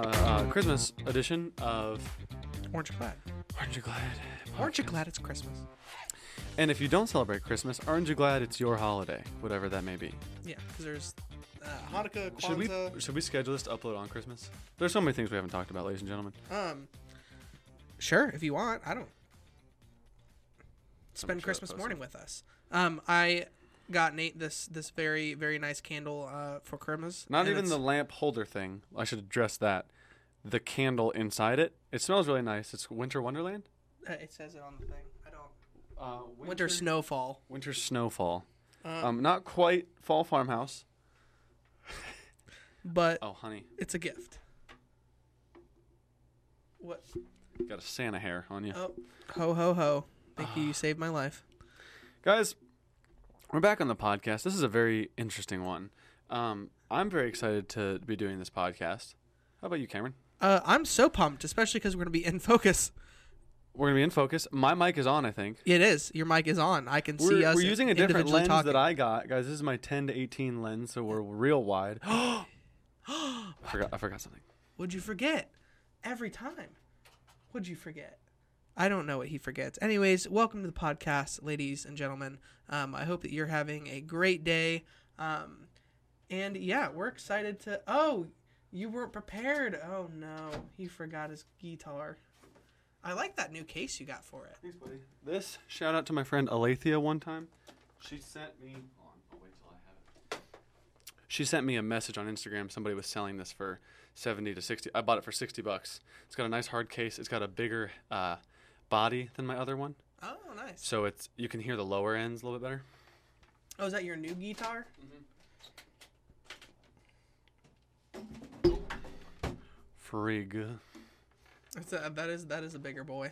uh, Christmas edition of Orange and glad. Aren't You Glad? Aren't you glad it's Christmas? And if you don't celebrate Christmas, aren't you glad it's your holiday, whatever that may be? Yeah, because there's uh, Hanukkah, Kwanzaa. Should we should we schedule this to upload on Christmas? There's so many things we haven't talked about, ladies and gentlemen. Um, sure, if you want. I don't. Spend sure Christmas that's morning with us. Um, I got Nate this this very very nice candle uh, for Christmas. Not and even it's- the lamp holder thing. I should address that. The candle inside it. It smells really nice. It's Winter Wonderland. uh, it says it on the thing. I don't. Uh, Winter, Uh. snowfall. Winter snowfall. um, not quite fall farmhouse. But Oh, honey, it's a gift. What? got a Santa hair on you, Oh, ho ho ho! Thank you. You saved my life. guys. We're back on the podcast. This is a very interesting one. Um, I'm very excited to be doing this podcast. How about you, Cameron? Uh, I'm so pumped, especially because we're gonna be in focus. We're gonna be in focus. My mic is on, I think. It is. Your mic is on. I can see We're, us. we're using a different individually lens talking. that I got, guys. This is my 10 to 18 lens, so we're real wide. I forgot. I forgot something. What'd you forget? Every time. What'd you forget? I don't know what he forgets. Anyways, welcome to the podcast, ladies and gentlemen. Um, I hope that you're having a great day. Um, and yeah, we're excited to. Oh, you weren't prepared. Oh no, he forgot his guitar. I like that new case you got for it. Thanks, buddy. This shout out to my friend Alethea one time. She sent me. Hold on, I'll wait till I have it. She sent me a message on Instagram. Somebody was selling this for seventy to sixty. I bought it for sixty bucks. It's got a nice hard case. It's got a bigger uh, body than my other one, Oh, nice. so it's you can hear the lower ends a little bit better. Oh, is that your new guitar? Frig. That's a, that is that is a bigger boy,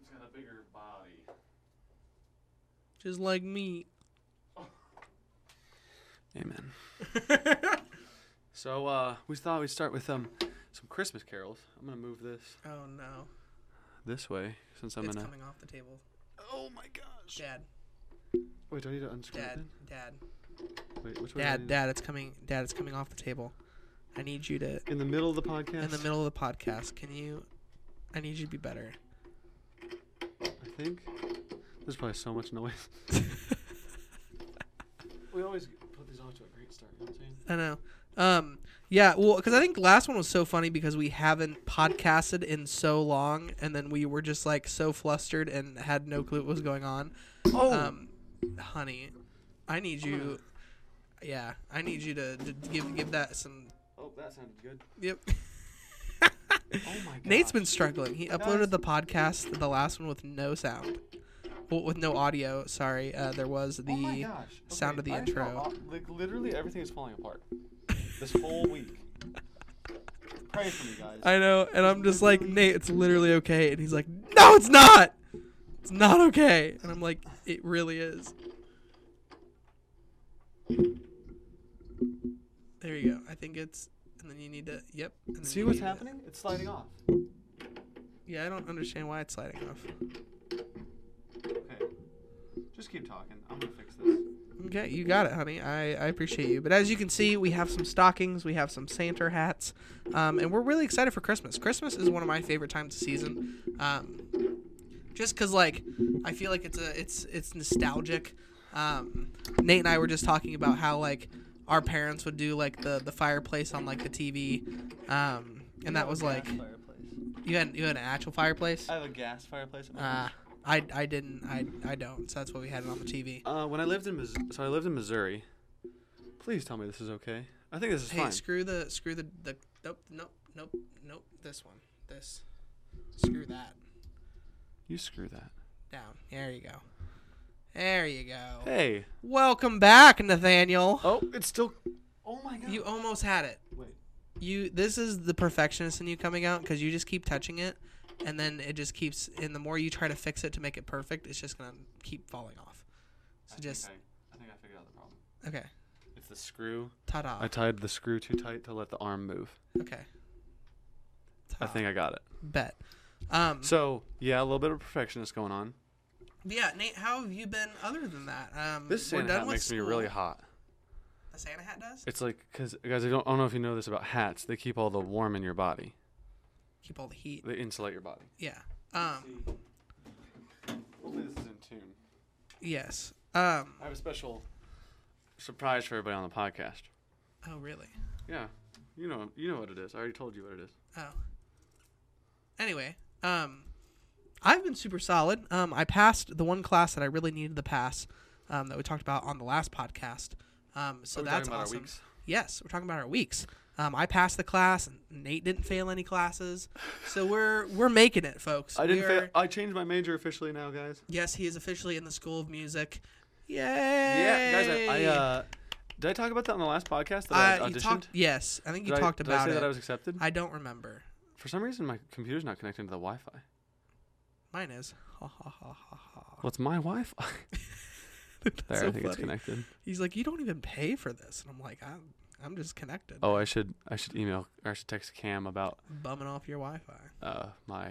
It's got a bigger body. just like me. Amen. Oh, so uh, we thought we'd start with um, some Christmas carols. I'm gonna move this Oh no, this way since I'm it's in a. coming off the table. Oh my gosh! Dad, Wait, do I need to unscrew dad, it? dad. Then? Wait, which way? do I Dad, need to- Dad, it's coming. Dad, it's coming off the table. I need you to, In the middle of the podcast. in the middle of the podcast, can you? I need you to be better. I think. There's probably so much noise. we always put these off to a great start. You know what I'm saying? I know. Um, yeah. Well, because I think last one was so funny because we haven't podcasted in so long, and then we were just like so flustered and had no clue what was going on. Oh. Um, honey, I need you. Yeah, I need you to, to give give that some. oh, that sounded good. Yep. Oh my god. Nate's been struggling. He uploaded the podcast, the last one, with no sound, well, with no audio. Sorry, uh, there was the. Oh my gosh. sound of the I fell intro. off- like literally everything is falling apart. This whole week. Pray for me, guys. I know, and I'm just like Nate. It's literally okay, and he's like, "No, it's not. It's not okay." And I'm like, "It really is." There you go. I think it's, and then you need to. Yep. and then See you what's need to- happening? It's sliding off. Yeah, I don't understand why it's sliding off. Okay. Just keep talking. I'm gonna fix this. Okay, you got it, honey. I, I appreciate you. But as you can see, we have some stockings, we have some Santa hats, um, and we're really excited for Christmas. Christmas is one of my favorite times of season, um, just because like I feel like it's a it's it's nostalgic. Um, Nate and I were just talking about how like our parents would do like the the fireplace on like the TV, um, and that was like Fireplace. you had you had an actual fireplace. I have a gas fireplace. Uh, I I didn't I I don't. So that's what we had it on the TV. Uh, when I lived in Mis- so I lived in Missouri. Please tell me this is okay. I think this is Hey, fine. screw the screw the the nope nope nope nope this one this screw that you screw that. down there you go there you go Hey. welcome back Nathaniel Oh, it's still. Oh my god. you almost had it Wait. you this is the perfectionist in you coming out because you just keep touching it and then it just keeps and the more you try to fix it to make it perfect it's just gonna keep falling off so just I, think I figured out the problem. okay It's the screw. ta-da I tied the screw too tight to let the arm move. okay I Ta-da. think I got it. bet um So yeah, a little bit of perfectionist going on. Yeah, Nate, how have you been other than that? Um, This we're Santa done hat with makes me school. really hot. The Santa hat does? It's like because guys, I don't, I don't know if you know this about hats. They keep all the warm in your body. keep all the heat. They insulate your body. Yeah. Um. Hopefully this is in tune. Yes. Um. I have a special surprise for everybody on the podcast. Oh, really? Yeah, you know, you know what it is. I already told you what it is. Oh. Anyway, um, I've been super solid. Um, I passed the one class that I really needed to pass, um, that we talked about on the last podcast. Um, so Are we talking that's about our awesome. weeks? Yes, we're talking about our weeks. Um, I passed the class, and Nate didn't fail any classes, so we're we're making it, folks. I didn't. We are- Fa- I changed my major officially now, guys. Yes, he is officially in the School of Music. Yay! Yeah, Yeah, guys. I, I uh, did I talk about that on the last podcast that I Uh, you auditioned? talked. Yes, I think you Did I- talked did about I say it. that I was accepted? I don't remember. For some reason, my computer's not connecting to the Wi-Fi. Oh. Mine is. Ha ha ha ha ha. What's my Wi-Fi? there, so I think it's funny. connected. He's like, you don't even pay for this, and I'm like, I'm, I'm just connected, Oh, I should I should email or I should text Cam about bumming off your Wi-Fi. uh my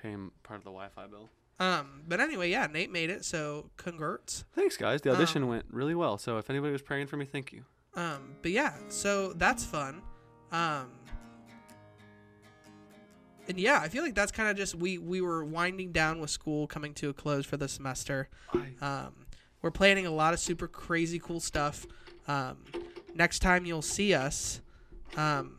paying part of the Wi-Fi bill. Um, but anyway, yeah, Nate made it, so congrats. Thanks, guys. Oh. The audition went really well. So if anybody was praying for me, thank you. Um, but yeah, so that's fun. Um, and yeah, I feel like that's kind of just we we were winding down with school coming to a close for the semester. I, Um, we're planning a lot of super crazy cool stuff. Um, next time you'll see us, um,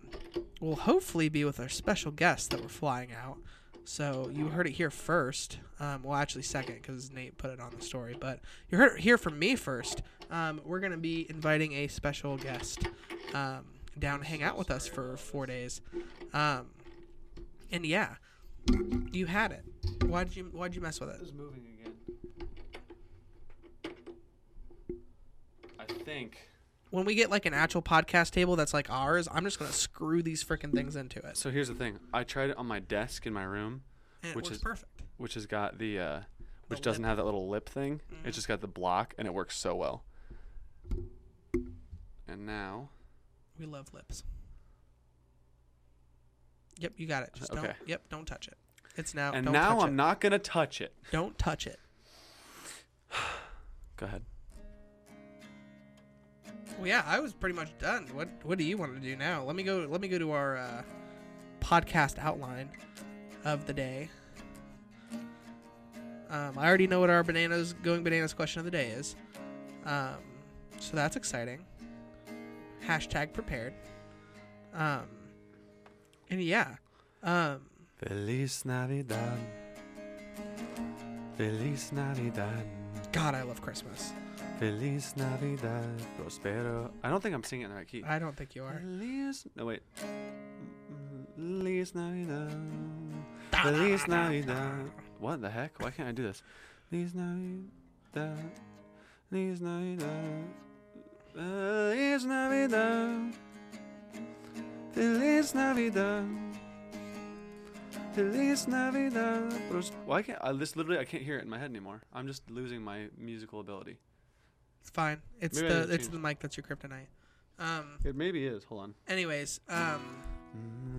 we'll hopefully be with our special guest that we're flying out. So you heard it here first. Um, well, actually, second because Nate put it on the story, but you heard it here from me first. Um, we're gonna be inviting a special guest um, down to hang out with us for four days. Um, and yeah, you had it. Why'd you Why'd you mess with it? is moving again. I think. when we get like an actual podcast table that's like ours, I'm just gonna screw these freaking things into it. So here's the thing. I tried it on my desk in my room, And it Which works is- perfect. which has got the uh which The Mm. doesn't have that little lip thing. It's just got the block and it works so well. And now We love lips. Yep, you got it. Just don't Okay. yep, don't touch it. It's now and don't now touch I'm it. not gonna touch it. don't touch it. Go ahead. Well yeah, I was pretty much done. What what do you want to do now? Let me go let me go to our uh, podcast outline of the day. Um, I already know what our bananas going bananas question of the day is. Um, so that's exciting. Hashtag prepared. Um, and yeah. Um, Feliz Navidad. Feliz Navidad. God, I love Christmas. Feliz Navidad. Prospero. I don't think I'm singing it in the right key. I don't think you are. Feliz. No, wait. Feliz Navidad. Feliz Navidad. What the heck? Why can't I do this? Feliz Navidad. Feliz Navidad. Feliz Navidad. Feliz Navidad. Feliz Navidad. Pros- Why can't I? This literally, I can't hear it in my head anymore. I'm just losing my musical ability. It's fine. It's Maybe I need the to it's change the mic that's your kryptonite. Um. It maybe is. Hold on. Anyways. Um.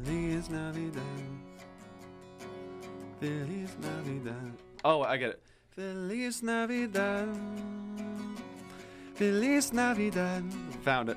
Feliz Navidad. Feliz Navidad. Oh, I get it. Feliz Navidad. Feliz Navidad. Found it.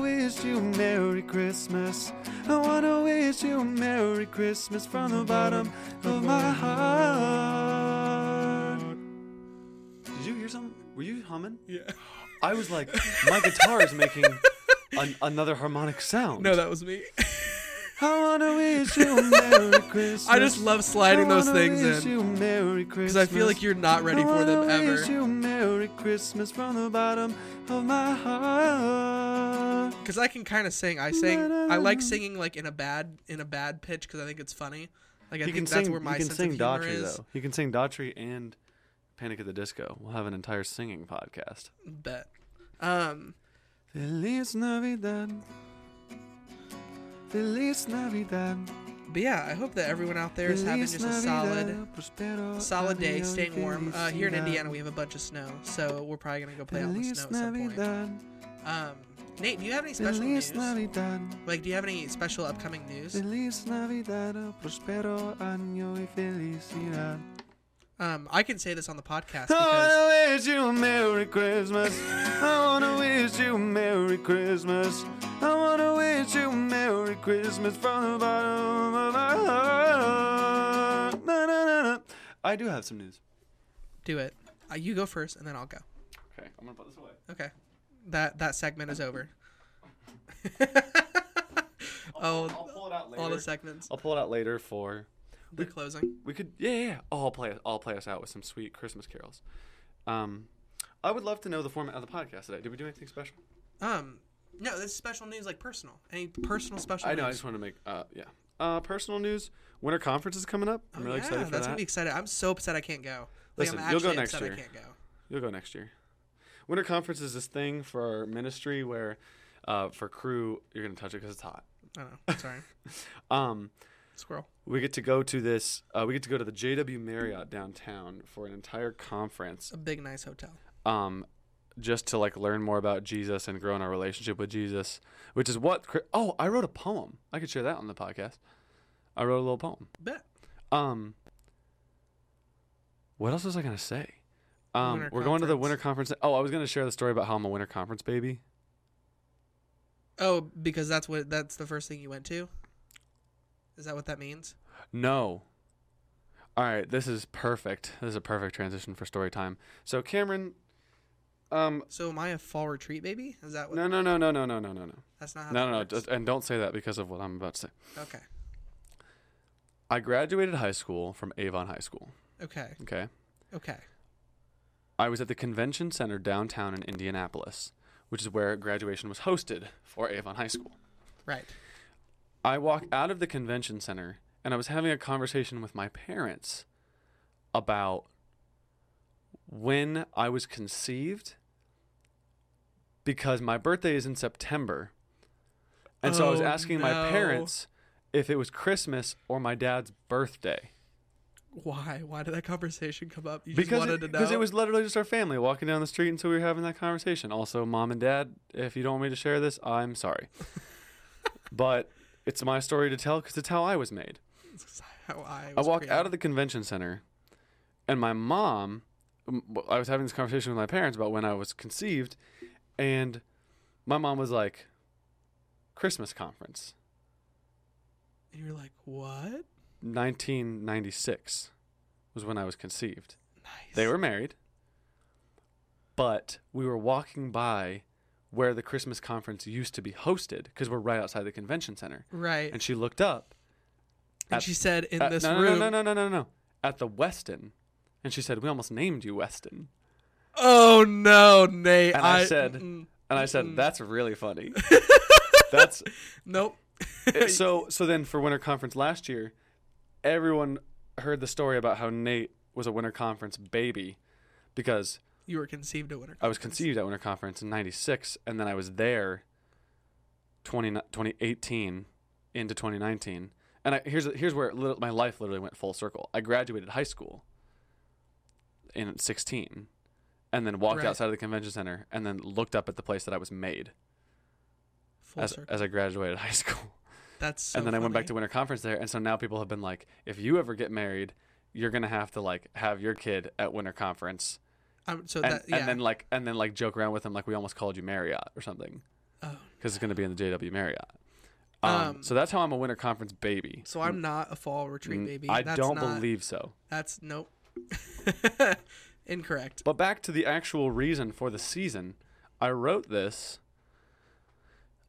wish you a Merry Christmas. I wanna wish you a Merry Christmas from the bottom of my heart. Did you hear something? Were you humming? Yeah. I was like, my guitar is making an, another harmonic sound. No, that was me. I wanna wish you a Merry Christmas. I just love sliding those wanna things wish in you a Merry because I feel Christmas. like you're not ready I for them wanna Wish ever. you a Merry Christmas from the bottom of my heart. Because I can kind of sing. I sing. I like singing like in a bad in a bad pitch because I think it's funny. Like I he think can that's sing. where my he can sense sing of humor Daughtry is. though. He can sing Daughtry and Panic at the Disco. We'll have an entire singing podcast. Bet. Um. Feliz Navidad. Feliz Navidad. But yeah, I hope that everyone out there is having just a solid, solid day, staying warm. Uh, here in Indiana, we have a bunch of snow, so we're probably gonna go play out in the snow at some point. Um, Nate, do you have any special news? Like, do you have any special upcoming news? Um, I can say this on the podcast because I wanna wish you a Merry Christmas. I wanna wish you a Merry Christmas. I wanna wish you a Merry Christmas from the bottom of my heart. Na, na, na, na. I do have some news. do it. Uh, you go first, and then I'll go. Okay, I'm gonna put this away. Okay, that that segment is over. oh, pull it out all the segments. I'll pull it out later for The closing. we could yeah yeah. yeah. Oh, I'll play I'll play us out with some sweet Christmas carols. Um, I would love to know the format of the podcast today. Did we do anything special? Um, no, this is special news, like personal. Any personal special? I know. I news? just wanted to make uh yeah. Uh, personal news: Winter conference is coming up. I'm really yeah, excited for that's that. gonna be excited. I'm so upset I can't go. Listen, like, you'll I'm go actually next upset year. I can't go. You'll go next year. Winter conference is this thing for our ministry where, uh, for crew, you're gonna touch it because it's hot. I know. Sorry, Um, squirrel. we get to go to this. Uh, we get to go to the JW Marriott downtown for an entire conference. It's a big, nice hotel. um, just to like learn more about Jesus and grow in our relationship with Jesus, which is what. Chri- Oh, I wrote a poem. I could share that on the podcast. I wrote a little poem. Bet. Um, what else was I gonna say? Um, Winter we're going to the conference. winter conference. Oh, I was gonna share the story about how I'm a winter conference baby. Oh, because that's what that's the first thing you went to. Is that what that means? No. All right, this is perfect. This is a perfect transition for story time. So Cameron, um, So am I a fall retreat baby? Is that what? no, no, no, no, no, no, no, no, no, That's not how. no, that no, no, works. just- and don't say that because of what I'm about to say. okay. I graduated high school from Avon High School. Okay. Okay. Okay. I was at the convention center downtown in Indianapolis, which is where graduation was hosted for Avon High School. Right. I walk out of the convention center and I was having a conversation with my parents about when I was conceived because my birthday is in September. And so I was Oh, asking my no. parents if it was Christmas or my dad's birthday. Why? Why did that conversation come up? You just because wanted to it, know. because it was literally just our family walking down the street until we were having that conversation. Also, mom and dad, if you don't want me to share this, I'm sorry, but it's my story to tell because it's how I was made. how I. I Was walk out of the convention center, and my mom. m- w- I was having this conversation with my parents about when I was conceived, and my mom was like, "Christmas conference, And you're like, what? 1996, was when I was conceived." Nice. They were married, but we were walking by where the Christmas conference used to be hosted because we're right outside the convention center. right. And she looked up And at- she said in at, this no, no, room. no, no, no, no, no, no, at the Westin, and she said, "We almost named you Weston." Oh no, Nate! And I said- mm, And I said, Mm-mm. "That's really funny." That's nope. so. So then, for winter conference last year, everyone heard the story about how Nate was a winter conference baby because you were conceived at Winter. I was Conference. conceived at Winter Conference in 96, and then I was there 20, 2018 into 2019. And I, here's, here's where it lit, my life literally went full circle. I graduated high school in 16 and then walked Right. outside of the convention center and then looked up at the place that I was made Full as, circle. as I graduated high school. That's so and then I went back to funny. Winter Conference there. And so now people have been like, if you ever get married, you're going to have to like have your kid at Winter Conference Um, so and, that yeah. and then like and then like joke around with them like we almost called you Marriott or something oh. because it's going to be in the JW Marriott. Um, Um, so that's how I'm a winter conference baby. So I'm not a fall retreat Mm, baby. I That's don't not- believe so. That's nope. Incorrect. But back to the actual reason for the season, I wrote this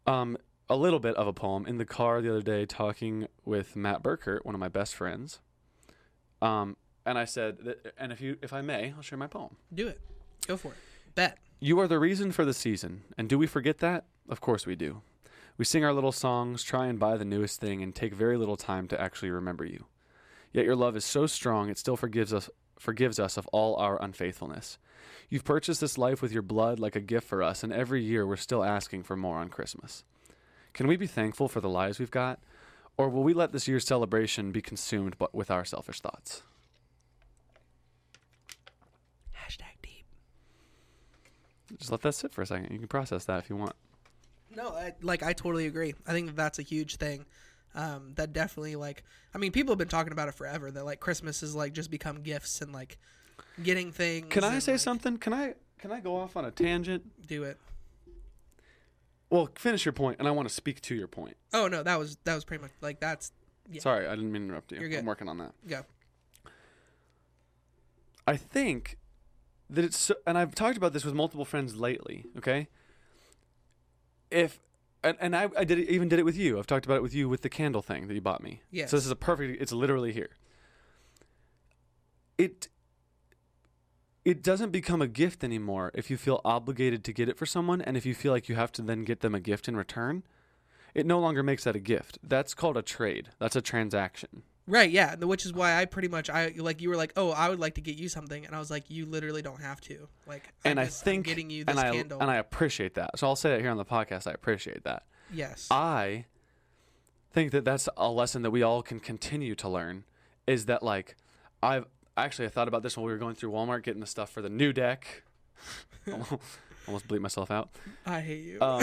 um a little bit of a poem in the car the other day talking with Matt Burkert, one of my best friends. Um and I said that, and if you if I may, I'll share my poem. Do it. Go for it. Bet. You are the reason for the season, and do we forget that? Of course we do. We sing our little songs, try and buy the newest thing, and take very little time to actually remember you. Yet your love is so strong it still forgives us forgives us of all our unfaithfulness. You've purchased this life with your blood like a gift for us, and every year we're still asking for more on Christmas. Can we be thankful for the lives we've got? Or will we let this year's celebration be consumed but with our selfish thoughts? Hashtag deep. Just let that sit for a second. You can process that if you want. No, I, like I totally agree. I think that that's a huge thing. Um, that definitely like I mean people have been talking about it forever that like Christmas has like just become gifts and like getting things. Can I and, say like, something? Can I can I go off on a tangent? Do it. Well, finish your point, and I want to speak to your point. Oh no, that was that was pretty much like that's Yeah. Sorry, I didn't mean to interrupt you. You're good. I'm working on that. go. I think that it's so, and I've talked about this with multiple friends lately. Okay, if and, and I, I did it, even did it with you. I've talked about it with you with the candle thing that you bought me. Yes. So this is a perfect. It's literally here. It it doesn't become a gift anymore if you feel obligated to get it for someone, and if you feel like you have to then get them a gift in return. It no longer makes that a gift. That's called a trade. That's a transaction. Right, yeah, the- which is why I pretty much I like you were like, "Oh, I would like to get you something." And I was like, "You literally don't have to." Like I'm and I just- I'm think getting you this and I candle. and I appreciate that. So I'll say that here on the podcast. I appreciate that. yes. I think that that's a lesson that we all can continue to learn. Is that like I've actually I thought about this when we were going through Walmart getting the stuff for the new deck. Almost bleep myself out. I hate you. Um,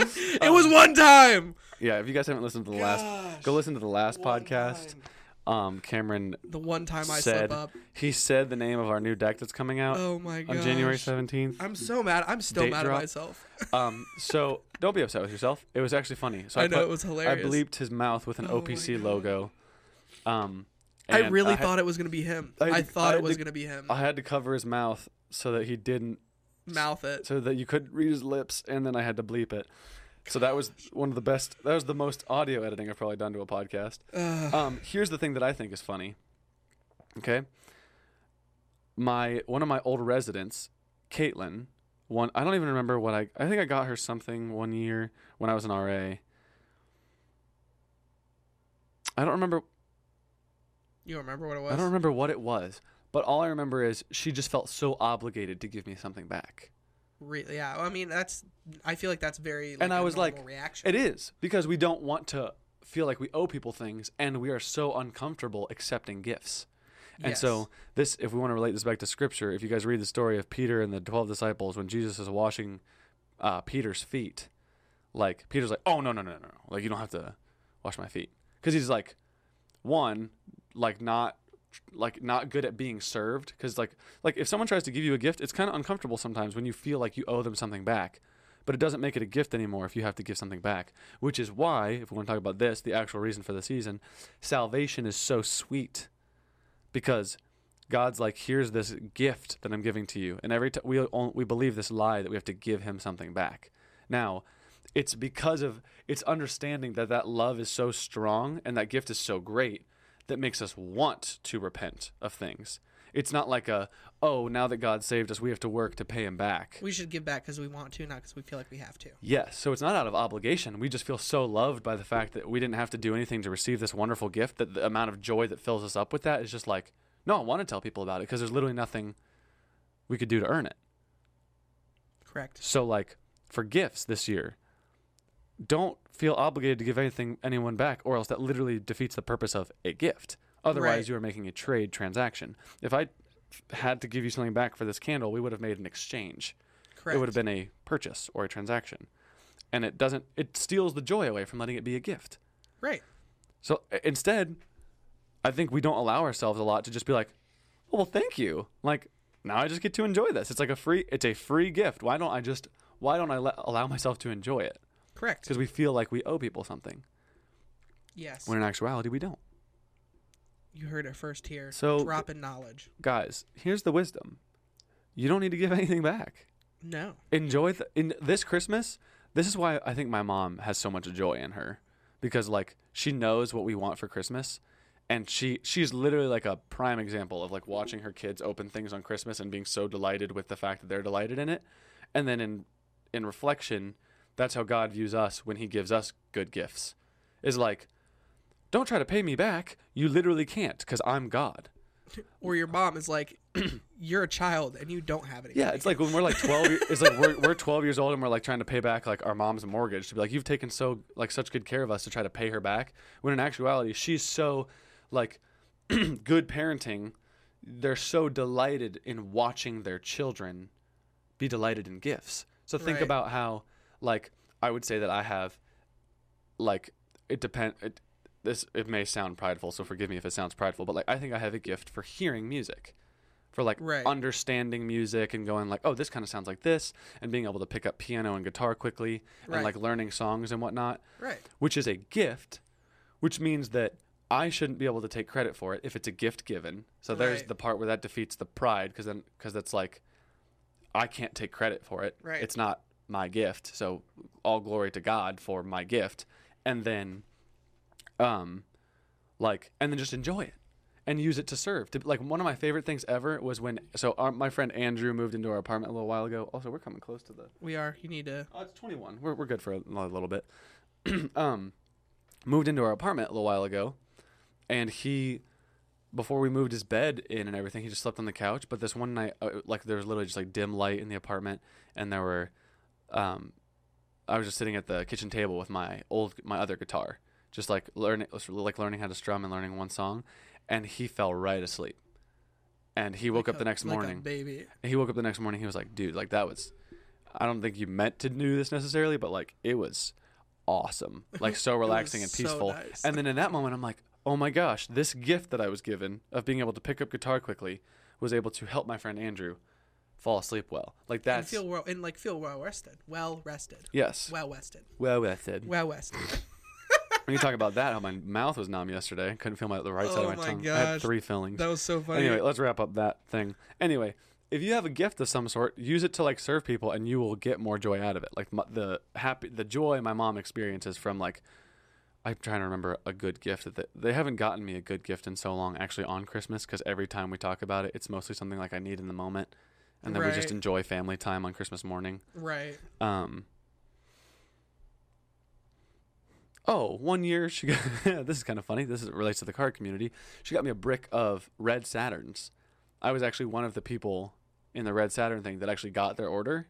it was one time. yeah, if you guys haven't listened to the last, go listen to the last podcast. Um, Cameron The one time I said slip up. he said the name of our new deck that's coming out Oh my god. on January seventeenth. I'm so mad. I'm still Date mad drop. at myself. Um, so don't be upset with yourself. It was actually funny. So I, I know, put- it was hilarious. I bleeped his mouth with an Oh my OPC God. logo. Um, I and really had- thought it was gonna be him. I I, had to- I thought had it was to- gonna be him. I had to cover his mouth so that he didn't, Mouth it. so that you couldn't read his lips, and then I had to bleep it. So that was one of the best. That was the most audio editing I've probably done to a podcast. Ugh. Um, here's the thing that I think is funny. Okay. My one of my old residents, Caitlin, one I don't even remember what I I think I got her something one year when I was an RA. I don't remember you don't remember what it was? I don't remember what it was, but all I remember is she just felt so obligated to give me something back. Really? Yeah. I mean, that's. I feel like that's very. Like, And I a was like, normal reaction. It is because we don't want to feel like we owe people things and we are so uncomfortable accepting gifts. And Yes. so this if we want to relate this back to scripture, if you guys read the story of Peter and the 12 disciples when Jesus is washing uh, Peter's feet, like Peter's like, "Oh no, no, no, no. no. Like you don't have to wash my feet." Cuz he's like one like not like not good at being served cuz like like if someone tries to give you a gift, it's kind of uncomfortable sometimes when you feel like you owe them something back. But it doesn't make it a gift anymore if you have to give something back, which is why, if we want to talk about this, the actual reason for the season, salvation is so sweet because God's like, here's this gift that I'm giving to you, and every time we on- we believe this lie that we have to give Him something back. Now, it's because of it's understanding that that love is so strong and that gift is so great that makes us want to repent of things. It's not like a oh, now that God saved us, we have to work to pay Him back. we should give back because we want to, not because we feel like we have to. Yes, so it's not out of obligation. We just feel so loved by the fact that we didn't have to do anything to receive this wonderful gift that the amount of joy that fills us up with that is just like, no, I want to tell people about it because there's literally nothing we could do to earn it. Correct. So like for gifts this year, don't feel obligated to give anything anyone back or else that literally defeats the purpose of a gift. Otherwise, Right. you are making a trade transaction. If I had to give you something back for this candle, we would have made an exchange Correct. it would have been a purchase or a transaction and it doesn't it steals the joy away from letting it be a gift right. so i- instead i think we don't allow ourselves a lot to just be like oh, well thank you like now i just get to enjoy this it's like a free it's a free gift why don't i just why don't i let, allow myself to enjoy it Correct. because we feel like we owe people something Yes. when in actuality we don't you heard it first here. So- dropping knowledge. guys here's the wisdom you don't need to give anything back No. enjoy th- in this Christmas. This is why I think my mom has so much joy in her because like she knows what we want for Christmas and she she's literally like a prime example of like watching her kids open things on Christmas and being so delighted with the fact that they're delighted in it. And then in in reflection, that's how God views us when he gives us good gifts. Is like don't try to pay me back. You literally can't cuz I'm God. Or your mom is like, you're a child and you don't have any. Yeah, money." it's like when we're like 12 year- it's like we're, we're 12 years old and we're like trying to pay back like our mom's mortgage to be like you've taken so like such good care of us to try to pay her back when in actuality she's so like good parenting they're so delighted in watching their children be delighted in gifts. So think Right. about how like I would say that I have like it depend it this it may sound prideful, so forgive me if it sounds prideful, but like I think I have a gift for hearing music. For like Right. understanding music and going like, oh, this kind of sounds like this, and being able to pick up piano and guitar quickly, Right. and like learning songs and whatnot, right. which is a gift, which means that I shouldn't be able to take credit for it if it's a gift given. So there's Right. the part where that defeats the pride because then because that's like, I can't take credit for it. Right. It's not my gift. So all glory to God for my gift, and then, um, like and then just enjoy it and use it to serve. To like one of my favorite things ever was when so our, my friend Andrew moved into our apartment a little while ago. Also, we're coming close to the We are. You need to. Oh, it's 21. We're, we're good for a, li- little bit. um, moved into our apartment a little while ago, and he, before we moved his bed in and everything, he just slept on the couch. But this one night, uh, like there was literally just like dim light in the apartment, and there were, um, I was just sitting at the kitchen table with my old my other guitar, just like learning like learning how to strum and learning one song, and he fell right asleep. And he woke like up a- the next like a morning. baby. And he woke up the next morning. He was like, dude, like that was, I don't think you meant to do this necessarily, but like it was awesome. Like so relaxing and so peaceful. nice. And then in that moment, I'm like, oh my gosh, this gift that I was given of being able to pick up guitar quickly was able to help my friend Andrew fall asleep well. Like And that's, feel well and like feel well rested. Well rested. yes. Well rested. Well, that's it. Well rested. When you talk about that, how my mouth was numb yesterday. I couldn't feel my, the right side Oh of my, my tongue. I had gosh. three fillings. That was so funny. Anyway, let's wrap up that thing. Anyway, if you have a gift of some sort, use it to like serve people, and you will get more joy out of it. Like m- the happy, the joy my mom experiences from like, I'm trying to remember a good gift that they, they haven't gotten me a good gift in so long. Actually, on Christmas, because every time we talk about it, it's mostly something like I need in the moment, and then we just Right. enjoy family time on Christmas morning. Right. Um. Oh, one year she got. this is kind of funny. This is, relates to the card community. She got me a brick of red Saturns. I was actually one of the people in the red Saturn thing that actually got their order.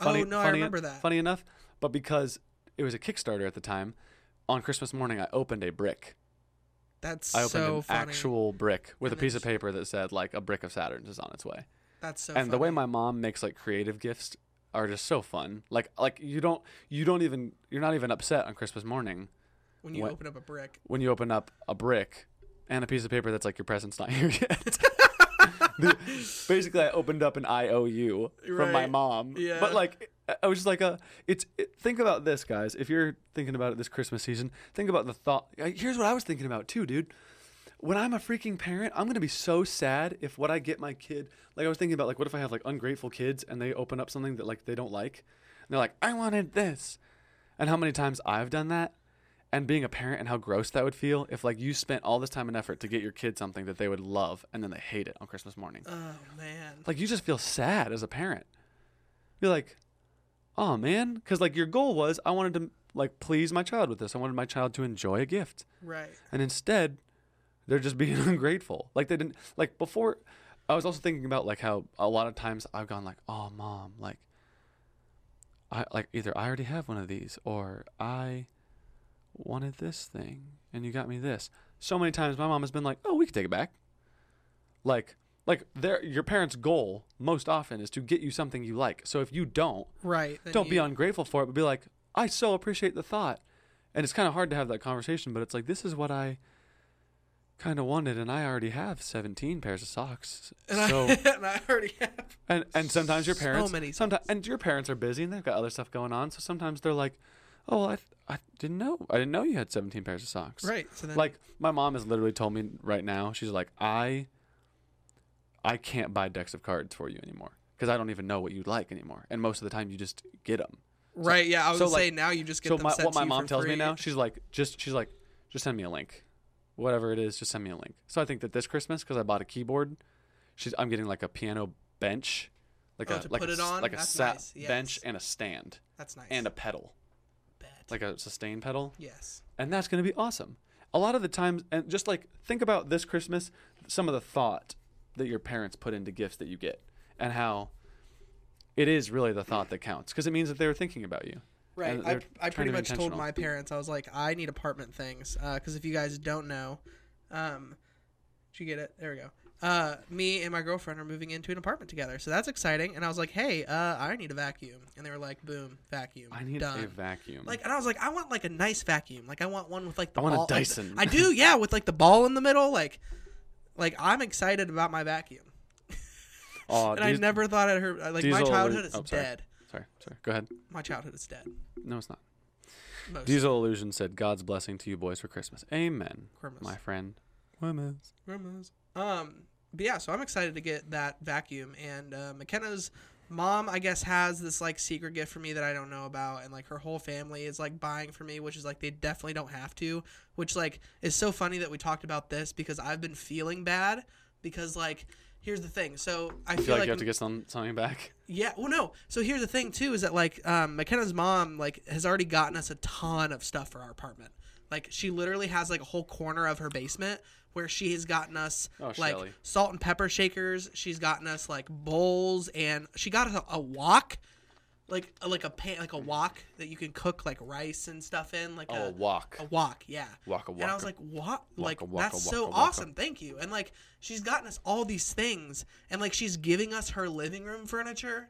oh no, I remember that. Funny enough, but because it was a Kickstarter at the time, on Christmas morning I opened a brick. That's I opened so an funny. actual brick with And a then piece of she- paper that said like a brick of Saturns is on its way That's so. and the way funny. my mom makes like creative gifts are just so fun. Like like you don't you don't even you're not even upset on Christmas morning when you what- open up a brick. when you open up a brick and a piece of paper that's like your present's not here yet. The- basically, I opened up an IOU from my Right. mom. Yeah. But like, I- I was just like, a, it's it, think about this, guys. If you're thinking about it this Christmas season, think about the thought. uh, Here's what I was thinking about too, dude. When I'm a freaking parent, I'm gonna be so sad if what I get my kid, like I was thinking about, like what if I have like ungrateful kids and they open up something that like they don't like, and they're like, I wanted this, and how many times I've done that, and being a parent and how gross that would feel if like you spent all this time and effort to get your kid something that they would love and then they hate it on Christmas morning. Oh man. Like you just feel sad as a parent. You're like, oh man, because like your goal was I wanted to like please my child with this. I wanted my child to enjoy a gift, Right. and instead, they're just being ungrateful. Like they didn't like before. I was also thinking about like how a lot of times I've gone like, oh mom, like. I like either I already have one of these or I wanted this thing and you got me this. So many times my mom has been like, "Oh, we can take it back." Like like their your parents' goal most often is to get you something you like. So if you don't, Right. then don't be you- ungrateful for it, but be like, "I so appreciate the thought." And it's kind of hard to have that conversation, but it's like this is what I kind of wanted and I already have 17 pairs of socks. And, so I, and I already have. and and sometimes your So parents many sometimes and your parents are busy and they've got other stuff going on so sometimes they're like oh well, I, th- I didn't know i didn't know you had 17 pairs of socks Right. So then. like my mom has literally told me right now she's like i i can't buy decks of cards for you anymore because i don't even know what you like anymore and most of the time you just get them right. Yeah. I was so, gonna say like- now you just get so them my, sent what to my you mom for tells me free. now she's like just she's like just send me a link whatever it is just send me a link so i think that this christmas because i bought a keyboard she's i'm getting like a piano bench like Oh, a to like put a, it s- on? like a That's sat nice. Yes. bench and a stand That's nice. and a pedal bet. like a sustain pedal yes. and that's going to be awesome. A lot of the times, and just like think about this Christmas, some of the thought that your parents put into gifts that you get and how it is really the thought that counts because it means that they were thinking about you. Right. And I, they're I trying pretty to be much told intentional. my parents, I was like, I need apartment things. Because if you guys don't know, um, did you get it? There we go. Uh, me and my girlfriend are moving into an apartment together. So that's exciting. And I was like, hey, uh, I need a vacuum. And they were like, boom, vacuum. I need Done. a vacuum. Like and I was like, I want like a nice vacuum. Like I want one with like the I want a ball. like, Dyson. I do, yeah, with like the ball in the middle. Like, like I'm excited about my vacuum. Aw, And I Dies- never thought I'd heard like my Diesel- childhood is oh, sorry. dead. Sorry, sorry. Go ahead. My childhood is dead. No, it's not. Most Diesel Illusion said, "God's blessing to you boys for Christmas." Amen, Christmas. my friend. Christmas. Grandma's. Um, but yeah, so I'm excited to get that vacuum. And uh, McKenna's mom, I guess, has this like secret gift for me that I don't know about, and like her whole family is like buying for me, which is like they definitely don't have to. Which like is so funny that we talked about this because I've been feeling bad because like here's the thing. So I I feel like you have to get some, something back. yeah. Well, no. So here's the thing too: is that like um, McKenna's mom like has already gotten us a ton of stuff for our apartment. Like she literally has like a whole corner of her basement where she has gotten us Oh, like Shelley. salt and pepper shakers. She's gotten us like bowls, and she got us a, a wok, like like a pan, like a wok that you can cook like rice and stuff in, like Oh, a, a walk, a wok. Yeah. walk, a walk. And I was like, "What? Like Waka, waka, that's so waka, waka. awesome! Thank you." And like, she's gotten us all these things, and like, she's giving us her living room furniture,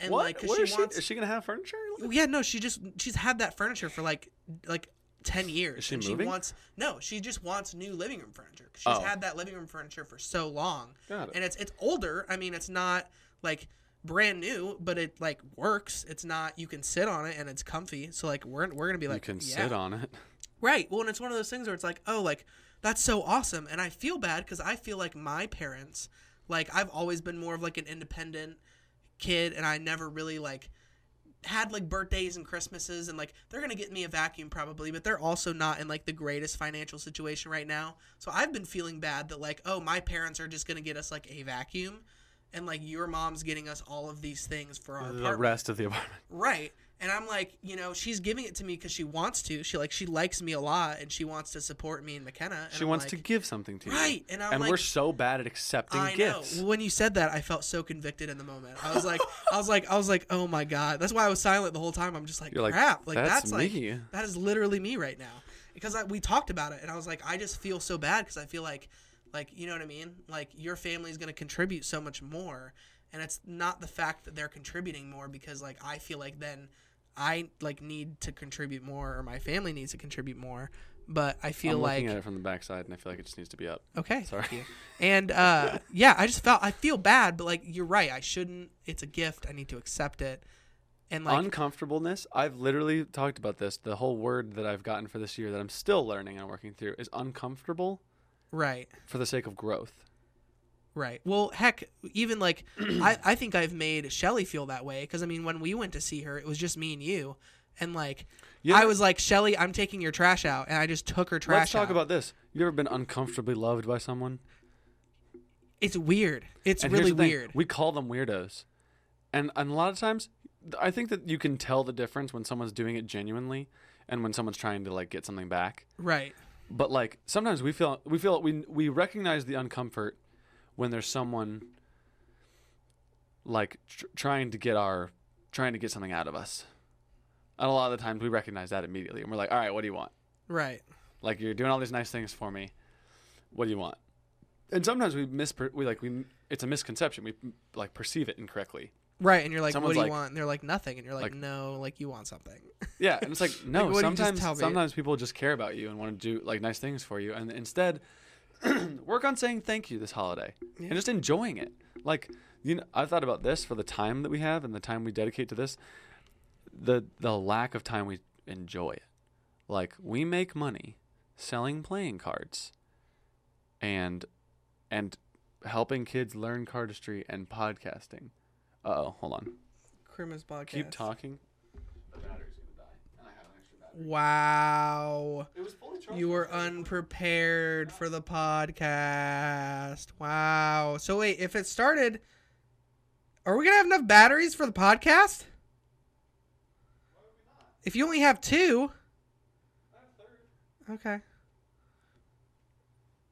and what? like, 'cause What she is she? wants. Is she gonna have furniture? Yeah, no, she just she's had that furniture for like like ten years. she and moving? She wants no, she just wants new living room furniture. 'cause She's Oh. had that living room furniture for so long, Got it. and it's it's older. I mean, it's not like brand new, but it like works. It's not you can sit on it and it's comfy. So like, we're we're gonna be you like, can yeah. sit on it. Right. Well, and it's one of those things where it's like, oh, like that's so awesome, and I feel bad because I feel like my parents, like I've always been more of like an independent kid, and I never really like had like birthdays and Christmases, and like they're gonna get me a vacuum probably, but they're also not in like the greatest financial situation right now. So I've been feeling bad that like, oh, my parents are just gonna get us like a vacuum, and like your mom's getting us all of these things for our The apartment. rest of the apartment. Right. And I'm like, you know, she's giving it to me because she wants to. She like she likes me a lot and she wants to support me and McKenna. And She I'm wants like, to give something to you. Right, and I'm and like- we're so bad at accepting I gifts. know. Well, When you said that, I felt so convicted in the moment. I was like, I was like, I was like, oh my god. That's why I was silent the whole time. I'm just like, You're like, crap. Like "That's that's, me." like that is literally me right now because I, we talked about it and I was like, I just feel so bad because I feel like, like you know what I mean. Like your family's going to contribute so much more, and it's not the fact that they're contributing more because like I feel like then I like need to contribute more or my family needs to contribute more. But I feel I'm like looking at it from the backside, and I feel like it just needs to be up. Okay. Sorry. Thank you. And uh, yeah, I just felt I feel bad, but like you're right. I shouldn't. It's a gift. I need to accept it. And like uncomfortableness. I've literally talked about this. The whole word that I've gotten for this year that I'm still learning and working through is uncomfortable right, for the sake of growth. right. Well, heck, even like I, I think I've made Shelly feel that way because I mean when we went to see her, it was just me and you, and like You I ever- was like Shelly, I'm taking your trash out, and I just took her trash. Let's talk out. about this. You ever been uncomfortably loved by someone? it's weird. It's And here's really the thing, weird. We call them weirdos, and and a lot of times, I think that you can tell the difference when someone's doing it genuinely and when someone's trying to like get something back. right. But like sometimes we feel we feel we we recognize the uncomfort when there's someone like tr- trying to get our trying to get something out of us. And a lot of the times we recognize that immediately, and we're like, "All right, what do you want? Right. Like you're doing all these nice things for me. What do you want?" And sometimes we mis we like we it's a misconception. We like perceive it incorrectly. Right. And you're like, what Someone's do like- you want? And they're like nothing. And you're like, like- no, like you want something. Yeah, and it's like no. Like, what do you just sometimes tell me? sometimes people just care about you and want to do like nice things for you, and instead work on saying thank you this holiday and just enjoying it. Like you know, I've thought about this for the time that we have and the time we dedicate to this, the the lack of time we enjoy it. Like we make money selling playing cards, and and helping kids learn cardistry and podcasting. Oh, hold on. Christmas podcast. Keep talking. The battery's gonna die, and I have an extra battery. Wow. It was fully charged. You were unprepared for the podcast. Wow. So wait, if it started, are we gonna have enough batteries for the podcast? If you only have two. Okay.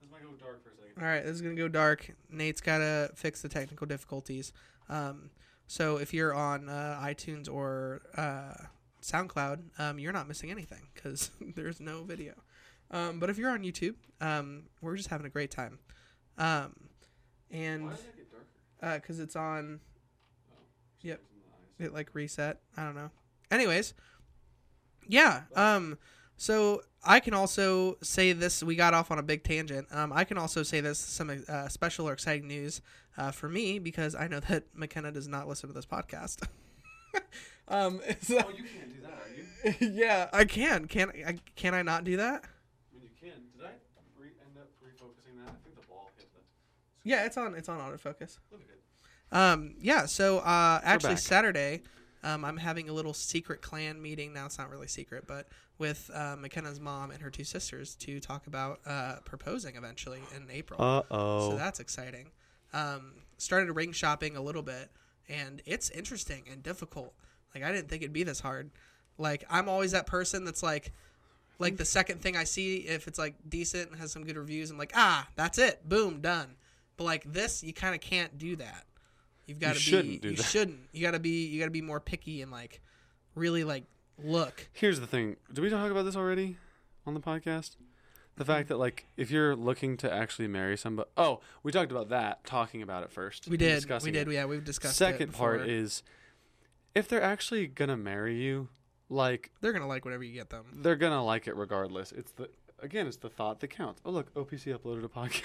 Is my to go dark for a second. All right, this is gonna go dark. Nate's gotta fix the technical difficulties. Um, so if you're on uh, iTunes or uh, SoundCloud, um, you're not missing anything because there's no video. Um, but if you're on YouTube, um, we're just having a great time. Um, and Why did it get darker? because it's on, For some Yep. reason the eyes- it like reset. I don't know. Anyways, yeah. Um, so I can also say this. We got off on a big tangent. Um, I can also say this some uh, special or exciting news uh, for me because I know that McKenna does not listen to this podcast. um, so- Oh, you can't do that, are Oh, you? yeah, I can. Can I? Can I not do that? I mean, you can. Did I re- end up refocusing that? I think the ball hit the. Yeah, it's on. It's on autofocus. Look at it. Um, yeah. So uh, actually, back. Saturday, um, I'm having a little secret clan meeting. Now it's not really secret, but with uh, McKenna's mom and her two sisters to talk about uh, proposing eventually in April. Uh So oh. that's exciting. Um, started ring shopping a little bit, and it's interesting and difficult. Like I didn't think it'd be this hard. Like I'm always that person that's like, like the second thing I see if it's like decent and has some good reviews, I'm like, ah, that's it, boom, done. But like this, you kind of can't do that. You've got to be. shouldn't do you that. shouldn't. You got to be. You got to be more picky and like, really like look. Here's the thing. Did we talk about this already on the podcast? Mm-hmm. The fact that like if you're looking to actually marry somebody. Oh, we talked about that. Talking about it first. We and did. We discussing did. it. Yeah, we've discussed. it Second part before. is if they're actually gonna marry you, like they're gonna like whatever you get them. they're gonna like it regardless. It's the again, it's the thought that counts. Oh look, OPC uploaded a podcast.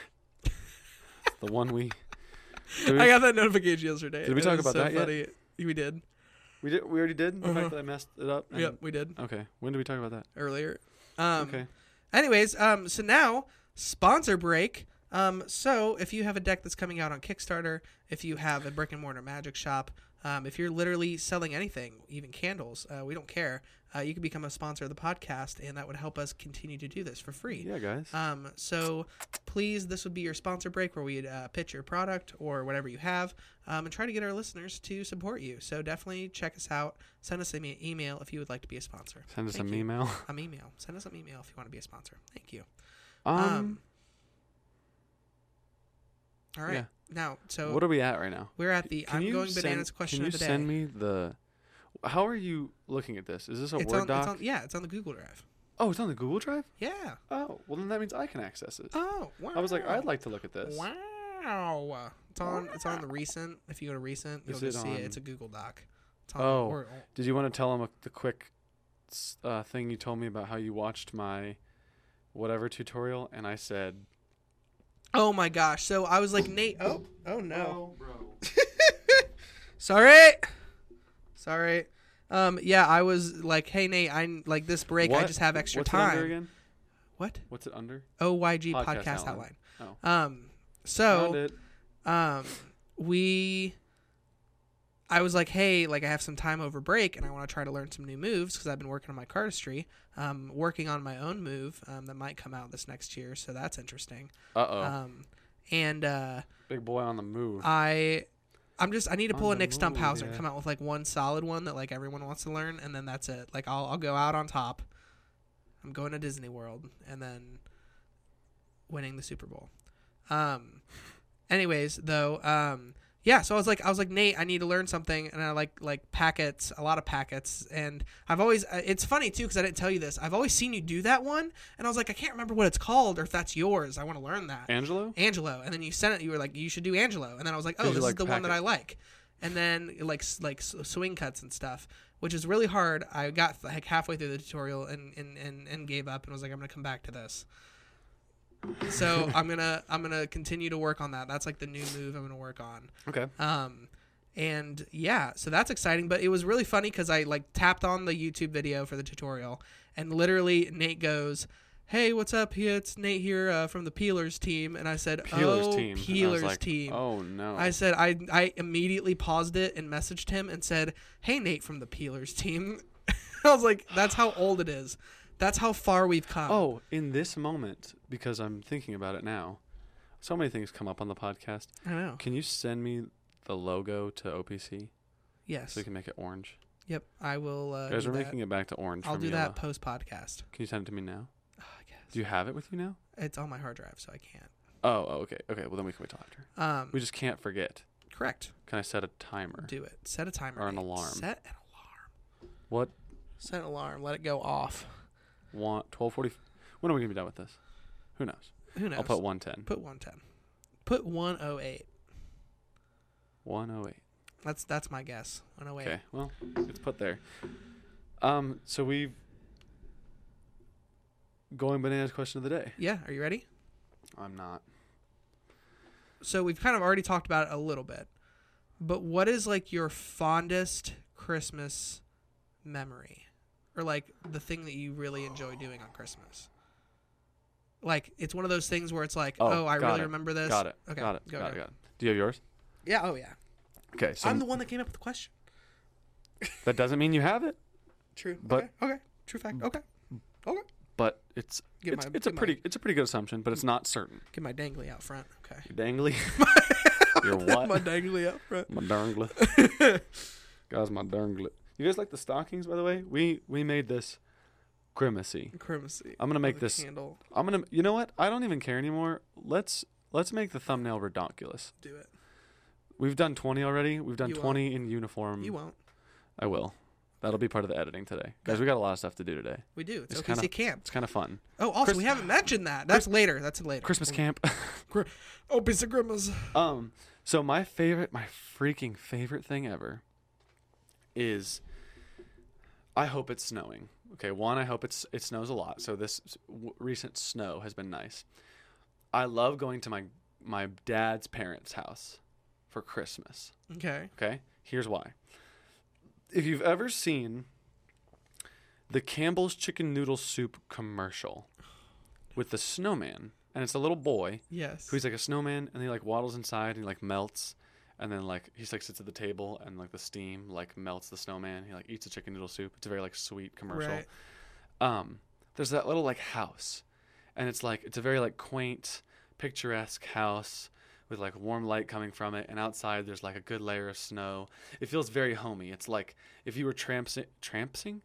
It's the one we Did we, I got that notification yesterday. Did we It talk was about so that yet? funny. We did. we did we already did the Uh-huh. fact that I messed it up. and- Yep, we did Okay. When did we talk about that? earlier. Um, okay. Anyways, um, so now sponsor break. Um, so if you have a deck that's coming out on Kickstarter, if you have a brick and mortar magic shop, um, if you're literally selling anything, even candles, uh, we don't care. Uh, you can become a sponsor of the podcast, and that would help us continue to do this for free. Yeah, guys. Um, so please, this would be your sponsor break where we'd uh, pitch your product or whatever you have um, and try to get our listeners to support you. So definitely check us out. Send us an e- email if you would like to be a sponsor. Send us thank an you. email. An email. Send us an email if you want to be a sponsor. Thank you. Um, Um, all right. yeah. Now, so what are we at right now? we're at the Can I'm you going send- bananas question Can you of the day. send me the? How are you looking at this? Is this a it's, Word on, doc? it's on. Yeah, it's on the Google Drive. oh, it's on the Google Drive. Yeah. Oh, well then that means I can access it. Oh, wow. I was like, I'd like to look at this. Wow. It's on it's on the recent. If you go to recent, you'll Is just it see on- it. It's a Google Doc. It's on Oh. or- Did you want to tell him a, the quick s- uh, thing you told me about how you watched my whatever tutorial and I said, oh my gosh. So I was like Nate oh oh no. bro." Sorry. Sorry. Um yeah, I was like, hey Nate, I am like this break I What? just have extra What's it under time. again? What? What's it under? OYG podcast, Podcast outline. outline. Um Found so it. um we I was like, hey, like I have some time over break, and I want to try to learn some new moves because I've been working on my cardistry, um, working on my own move um, that might come out this next year, so that's interesting. Uh oh, Um, and uh, big boy on the move. I, I'm just I need to pull a On the Nick move, Stumphauser and yeah. come out with like one solid one that like everyone wants to learn, and then that's it. Like I'll I'll go out on top. I'm going to Disney World and then winning the Super Bowl. Um, anyways, though, um, yeah. So I was like, I was like, Nate, I need to learn something, and I like like packets, a lot of packets, and I've always. uh, It's funny too because I didn't tell you this. I've always seen you do that one, and I was like, I can't remember what it's called or if that's yours. I want to learn that. Angelo? Angelo, and then you sent it. You were like, you should do Angelo, and then I was like, oh, Did you, this is like, the one that pack it? I like. And then like s- like s- swing cuts and stuff, which is really hard. I got like halfway through the tutorial and and and, and gave up and was like, I'm gonna come back to this. So I'm gonna I'm gonna continue to work on that. That's like the new move I'm gonna work on. Okay. Um, and yeah, so that's exciting. But it was really funny because I like tapped on the YouTube video for the tutorial, and literally Nate goes, "Hey, what's up? Here it's Nate here uh, from the Peelers team." And I said, Peelers "Oh, team. And I was Peelers like, team." Oh no. I said I I immediately paused it and messaged him and said, "Hey Nate from the Peelers team." I was like, "That's how old it is. That's how far we've come." Oh, in this moment, because I'm thinking about it now, so many things come up on the podcast. I know. Can you send me the logo to OPC Yes. so we can make it orange? Yep. I will. Uh, Guys, do we're that. making it back to orange. I'll from do yellow. that post podcast. Can you send it to me now? I guess Do you have it with you now? it's on my hard drive, so I can't. Oh, oh, okay, okay. Well, then we can wait till after. Um, We just can't forget. correct. Can I set a timer? Do it. Set a timer. Or an Nate. alarm. Set an alarm. What? Set an alarm. Let it go off. Want twelve forty? When are we gonna be done with this? Who knows? Who knows? I'll put one ten. Put 110. Put 108. One oh eight. That's that's my guess. 108. Okay. Well, it's put there. Um. So we've going bananas question of the day. Yeah, are you ready? I'm not. So we've kind of already talked about it a little bit. But what is like your fondest Christmas memory? Or like the thing that you really enjoy doing on Christmas? Like it's one of those things where it's like, Oh, oh, I got really it. remember this. Got it. Okay. Got it. Go, got go. it. Got it. Do you have yours? Yeah, oh yeah. Okay. So I'm the one that came up with the question. that doesn't mean you have it, True. But- okay. okay. True fact. Okay. Okay. but it's Get it's, my- it's a get my- pretty it's a pretty good assumption, but it's not certain. Get my dangly out front. Okay. You're dangly. You're what? my dangly out front. My danglet. guys, my danglet. You guys like the stockings, by the way? We we made this grimacy. Crimacy. I'm gonna make The this. candle. I'm gonna. You know what? I don't even care anymore. Let's let's make the thumbnail redonkulous. Do it. We've done 20 already. We've done You won't. 20 in uniform. You won't. I will. That'll be part of the editing today, guys. We got a lot of stuff to do today. We do. It's, It's OKC kinda- camp. It's kind of fun. Oh, also Chris- we haven't mentioned that. That's later. That's later. Oh, Christmas camp. Gr- OPC Grimace. Um, so my favorite, my freaking favorite thing ever is I hope it's snowing. Okay, one, I hope it's it snows a lot. So this s- w- recent snow has been nice. I love going to my my dad's parents' house for Christmas. Okay. Okay, here's why. If you've ever seen the Campbell's chicken noodle soup commercial with the snowman, and it's a little boy Yes. who he's like a snowman and he like waddles inside and he like melts and then like he like sits at the table and like the steam like melts the snowman he like eats a chicken noodle soup it's a very like sweet commercial Right. um there's that little like house and it's like it's a very like quaint picturesque house with like warm light coming from it and outside there's like a good layer of snow it feels very homey it's like if you were trampsing trampsing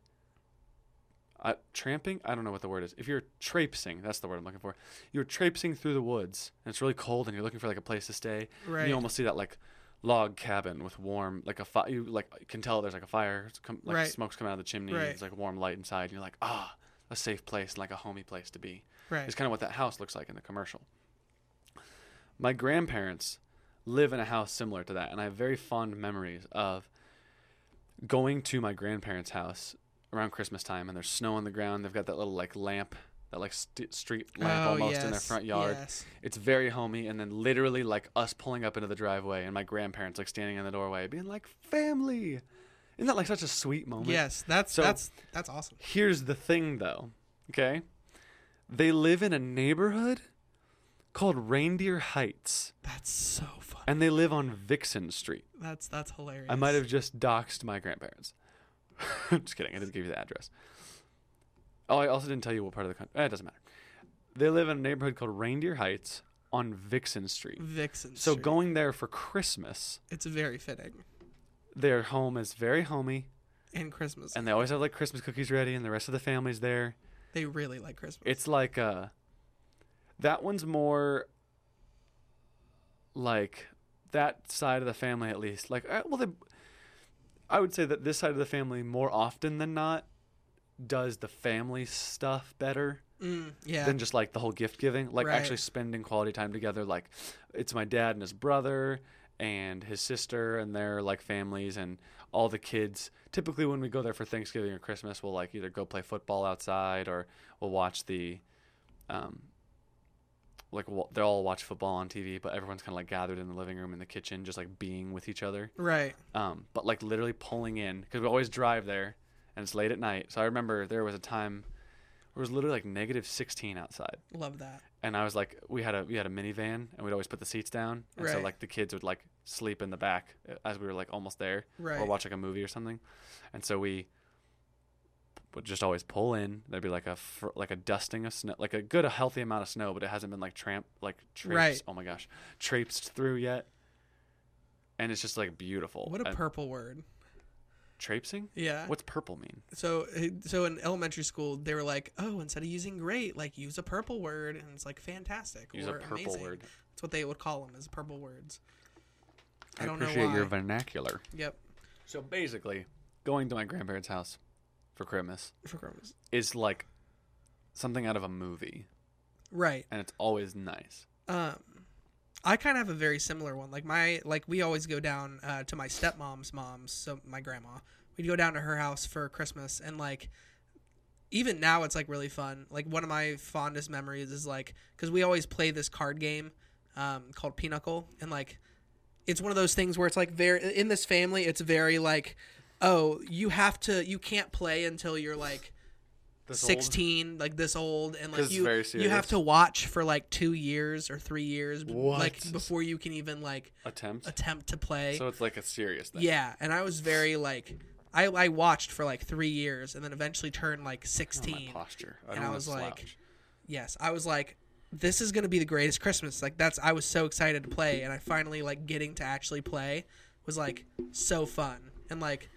uh, tramping i don't know what the word is if you're traipsing that's the word i'm looking for you're traipsing through the woods and it's really cold and you're looking for like a place to stay and Right. you almost see that like log cabin with warm like a fire you like you can tell there's like a fire it's come, like Right. smoke's coming out of the chimney Right. and it's like warm light inside and you're like ah a safe place and like a homey place to be Right. it's kind of what that house looks like in the commercial. My grandparents live in a house similar to that, and I have very fond memories of going to my grandparents' house around Christmas time, and there's snow on the ground. They've got that little like lamp, that like st- street lamp Oh, almost in their yes, front yard. Yes. It's very homey, and then literally like us pulling up into the driveway, and my grandparents like standing in the doorway, being like family. Isn't that like such a sweet moment? Yes. That's Oh, So- that's that's awesome. Here's the thing, though. Okay, they live in a neighborhood called Reindeer Heights, That's so fun. and they live on Vixen Street. That's that's hilarious. I might have just doxed my grandparents. just kidding. I didn't give you the address. Oh, I also didn't tell you what part of the country. Eh, it doesn't matter. They live in a neighborhood called Reindeer Heights on Vixen Street. Vixen. So Street. going there for Christmas, It's very fitting. their home is very homey, And Christmas. and they always have like Christmas cookies ready, and the rest of the family's there. they really like Christmas. It's like uh that one's more like that side of the family at least. Like uh, well the I would say that this side of the family more often than not does the family stuff better Mm, yeah. than just like the whole gift giving, like Right. actually spending quality time together. Like it's my dad and his brother and his sister and their like families and all the kids. Typically, when we go there for Thanksgiving or Christmas, we'll like either go play football outside or we'll watch the, um, like wa- they'll all watch football on TV, but everyone's kind of like gathered in the living room in the kitchen, just like being with each other right. um, but like literally pulling in because we always drive there and it's late at night. So I remember there was a time where it was literally like negative 16 outside. Love that. And I was like, we had a, we had a minivan and we'd always put the seats down. And so Right. like the kids would like sleep in the back uh, as we were like almost there or Right. watch like a movie or something. And so we would just always pull in. There'd be like a, fr- like a dusting of snow, like a good, a healthy amount of snow, but it hasn't been like tramp, like traipsed. Right. Oh my gosh. Traipsed through yet. And it's just like beautiful. What a And- purple word. Traipsing? Yeah. What's purple mean? So so in elementary school they were like, oh, instead of using great, like use a purple word, and it's like fantastic Use or a purple amazing. word. That's what they would call them is purple words. I, I, don't appreciate know why. your vernacular. yep. So basically, going to my grandparents' house for Christmas For Christmas. is like something out of a movie, Right. and it's always nice. Um, I kind of have a very similar one. Like my like we always go down uh, to my stepmom's mom's, so my grandma. We'd go down to her house for Christmas, and like even now it's like really fun. Like one of my fondest memories is like because we always play this card game um, called Pinochle, and like it's one of those things where it's like very in this family, it's very like oh you have to you can't play until you're like 16 like this old and 'Cause like it's you very you have serious. to watch for like 2 years or 3 years b- What? like before you can even like attempt. attempt to play So uh, it's like a serious thing. yeah and i was very like I, I watched for like 3 years and then eventually turned like Oh, my 16 posture. I And don't I wanna was like- slouch. yes i was like this is going to be the greatest christmas like that's i was so excited to play and i finally like getting to actually play was like so fun and like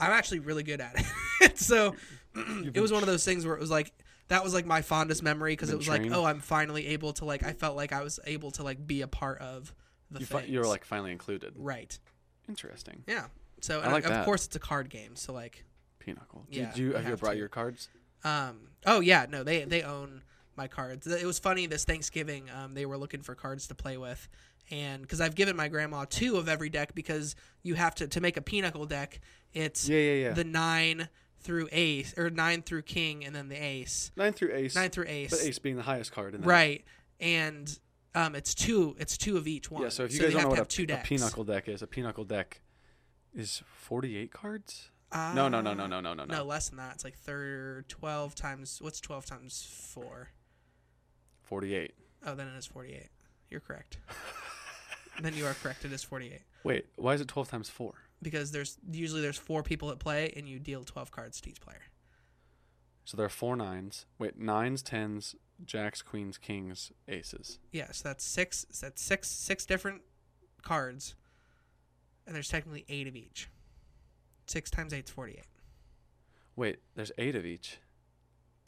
i'm actually really good at it so it was one of those things where it was like that was like my fondest memory because it been was trained? like oh i'm finally able to like i felt like i was able to like be a part of the you, thing fi- you were like finally included. right Interesting. yeah so I and like of that. course it's a card game so like Pinochle. Yeah, Did you I have you have brought to. your cards? Um. Oh yeah. No, they they own my cards. It was funny this Thanksgiving. Um, they were looking for cards to play with, and because I've given my grandma two of every deck because you have to to make a pinnacle deck. It's Yeah, yeah, yeah. the nine through ace or nine through king and then the ace. nine through ace. Nine through ace. But ace being the highest card. In that. Right. And um, it's two. It's two of each one. Yeah. So if you they guys don't have know to what have a, two p- a decks. pinochle deck is, a pinochle deck is forty-eight cards. No, no, no, no, Uh, no, no, No, no, no. less than that. It's like third twelve times. What's twelve times four? Forty-eight. Oh, then it is 48. You're correct. then you are correct. It is 48 Wait, why is it twelve times four? because there's usually there's four people at play and you deal 12 cards to each player. So there are four nines. Wait, nines, tens, jacks, queens, kings, aces. Yeah, so that's six. so That's six six different cards, and there's technically eight of each. Six times eight's 48. Wait, there's eight of each.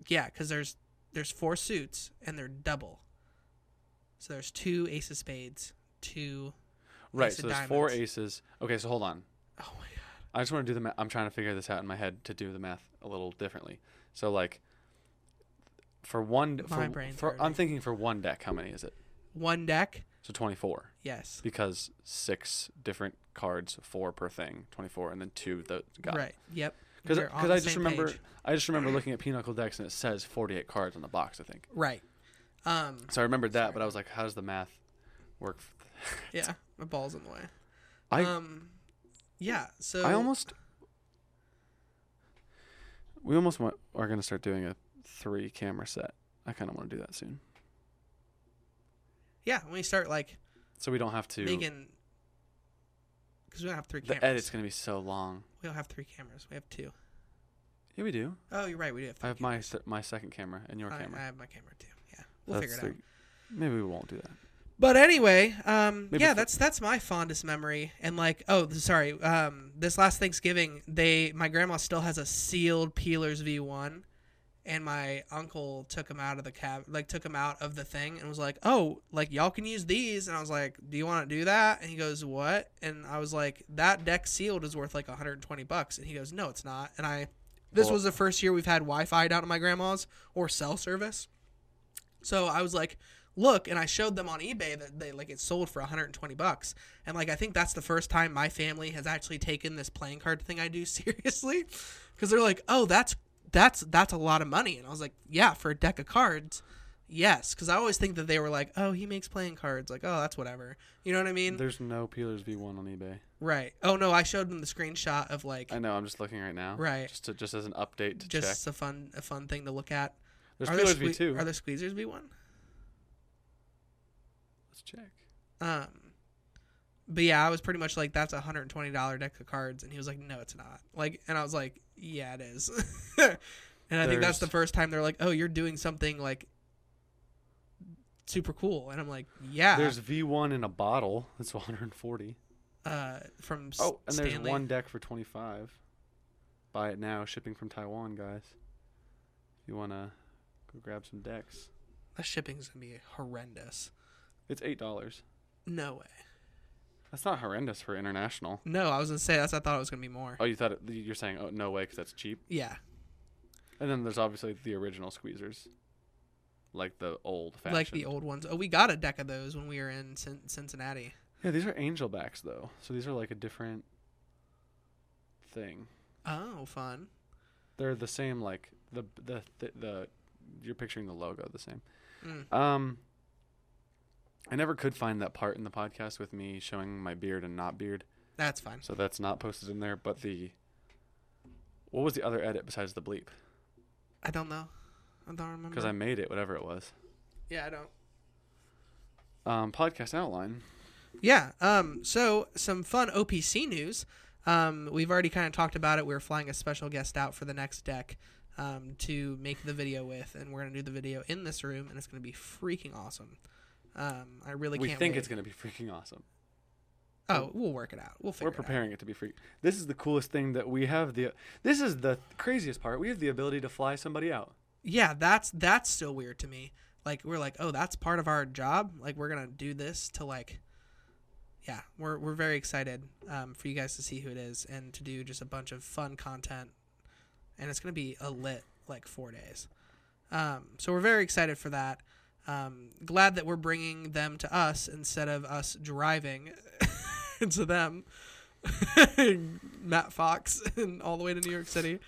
Yeah, because there's there's four suits and they're double. So there's two ace of spades, two. Right. Ace of so there's four diamonds. aces. Okay, so hold on. Oh my god. I just want to do the math. I'm trying to figure this out in my head to do the math a little differently. So like for one My for, brain's for I'm hurting. thinking for one deck how many is it? One deck. So 24 Yes. because six different cards, four per thing, 24 and then two the got. Right. Yep. Cuz We're on I the just same remember page. I just remember looking at Pinochle decks and it says 48 cards on the box, I think. Right. Um. So I remembered that, but I was like how does the math work? f- Yeah, my ball's in the way. I um, yeah. So I almost we almost want, are going to start doing a three camera set. I kind of want to do that soon. yeah. When we start like So we don't have to. making, because we don't have three the cameras. edit's gonna be so long. We don't have three cameras. We have two. Yeah, we do. Oh, you're right. We do have. Three I have cameras. my se- my second camera and your I- camera. I have my camera too. Yeah, we'll That's figure it out. the- Maybe we won't do that. But anyway, um, Maybe yeah, for- that's that's my fondest memory. And like, oh, th- sorry, um, this last Thanksgiving, they my grandma still has a sealed Peelers V1, and my uncle took them out of the cab, like took them out of the thing, and was like, oh, like y'all can use these. And I was like, do you want to do that? And he goes, what? And I was like, that deck sealed is worth like 120 bucks. And he goes, no, it's not. And I, this Well- was the first year we've had Wi-Fi down at my grandma's or cell service. So I was like, look, and I showed them on eBay that they like it sold for 120 bucks. And like I think that's the first time my family has actually taken this playing card thing I do seriously cuz they're like, "Oh, that's that's that's a lot of money." And I was like, "Yeah, for a deck of cards." Yes, cuz I always think that they were like, "Oh, he makes playing cards." Like, "Oh, that's whatever." You know what I mean? There's no Peelers V1 on eBay. right. Oh no, I showed them the screenshot of like I know. I'm just looking right now. Right. Just to, just as an update to check. just a fun a fun thing to look at. There's are Peelers there sque- V2. Are there squeezers V1? Let's check. Um, but yeah, I was pretty much like, "That's a hundred and twenty dollar deck of cards," and he was like, "No, it's not." Like, and I was like, "Yeah, it is." and I think that's There's- the first time they're like, "Oh, you're doing something like super cool," and I'm like, "Yeah." There's V1 in a bottle. That's 140. uh, from S- Oh, and there's Stanley. one deck for 25. Buy it now, shipping from Taiwan, guys. If you want to go grab some decks. That shipping's gonna be horrendous. It's $8. No way. That's not horrendous for international. No, I was gonna say that's. I thought it was gonna be more. Oh, you thought it, you're saying oh no way because that's cheap. Yeah. And then there's obviously the original squeezers, like the old fashioned. Like the old ones. Oh, we got a deck of those when we were in Cin- Cincinnati. Yeah, these are angel backs though, so these are like a different thing. Oh, fun. They're the same, like the the the, the you're picturing the logo the same. Mm. Um, I never could find that part in the podcast with me showing my beard and not beard, That's fine. so that's not posted in there. But the what was the other edit besides the bleep? I don't know. I don't remember. Because I made it, whatever it was. yeah, I don't. Um, podcast outline. Yeah. Um. So some fun OPC news. Um. We've already kind of talked about it. We are flying a special guest out for the next deck. Um. To make the video with, and we're gonna do the video in this room, and it's gonna be freaking awesome. Um. I really we can't. think wait. it's going to be freaking awesome. Oh, we'll work it out. We'll figure. It We're out. preparing it to be freak. This is the coolest thing that we have. The this is the craziest part. We have the ability to fly somebody out. Yeah. That's that's still weird to me. Like we're like, oh, that's part of our job. Like we're gonna do this to like. Yeah, we're we're very excited um, for you guys to see who it is and to do just a bunch of fun content, and it's gonna be a lit like four days. Um, so we're very excited for that. Um, glad that we're bringing them to us instead of us driving to them. Matt Fox and all the way to New York City.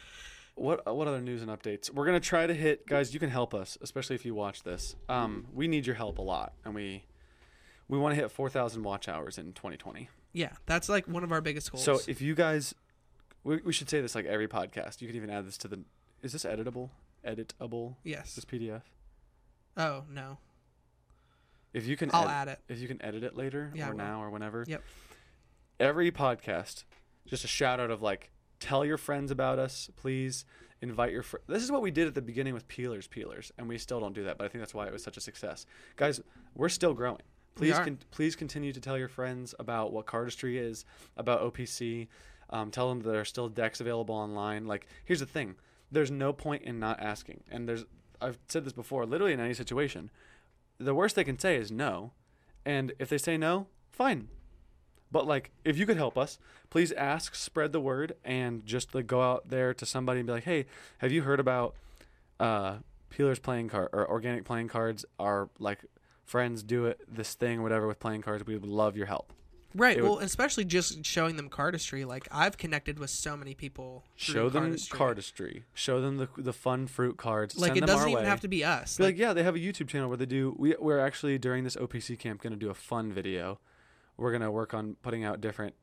What what other news and updates? We're gonna try to hit guys. You can help us, especially if you watch this. Um, we need your help a lot, and we we want to hit four thousand watch hours in 2020. Yeah, that's like one of our biggest goals. So if you guys, we, we should say this like every podcast. You can even add this to the. Is this editable? Editable? Is yes. this PDF? Oh no, If you can, I'll edit- add it. if you can edit it later Yeah, I or will. now or whenever. Yep. Every podcast, just a shout out of like, tell your friends about us, please. Invite your friends. This is what we did at the beginning with Peelers Peelers, and we still don't do that, but I think that's why it was such a success. Guys, we're still growing. We Please, are. con- please continue to tell your friends about what cardistry is, about OPC. Um, tell them there are still decks available online. Like, here's the thing: there's no point in not asking. And there's, I've said this before, literally in any situation, the worst they can say is no. And if they say no, fine. But like, if you could help us, please ask, spread the word, and just like go out there to somebody and be like, "Hey, have you heard about uh, Peeler's playing card or organic playing cards? Our like friends do it this thing or whatever with playing cards. We would love your help. right. it would- Well, especially just showing them cardistry. Like I've connected with so many people. through Show them cardistry. Show them the the fun fruit cards. Like Send it them doesn't our even way. have to be us. Be like, yeah, they have a YouTube channel where they do. We, we're actually during this OPC camp going to do a fun video. We're going to work on putting out different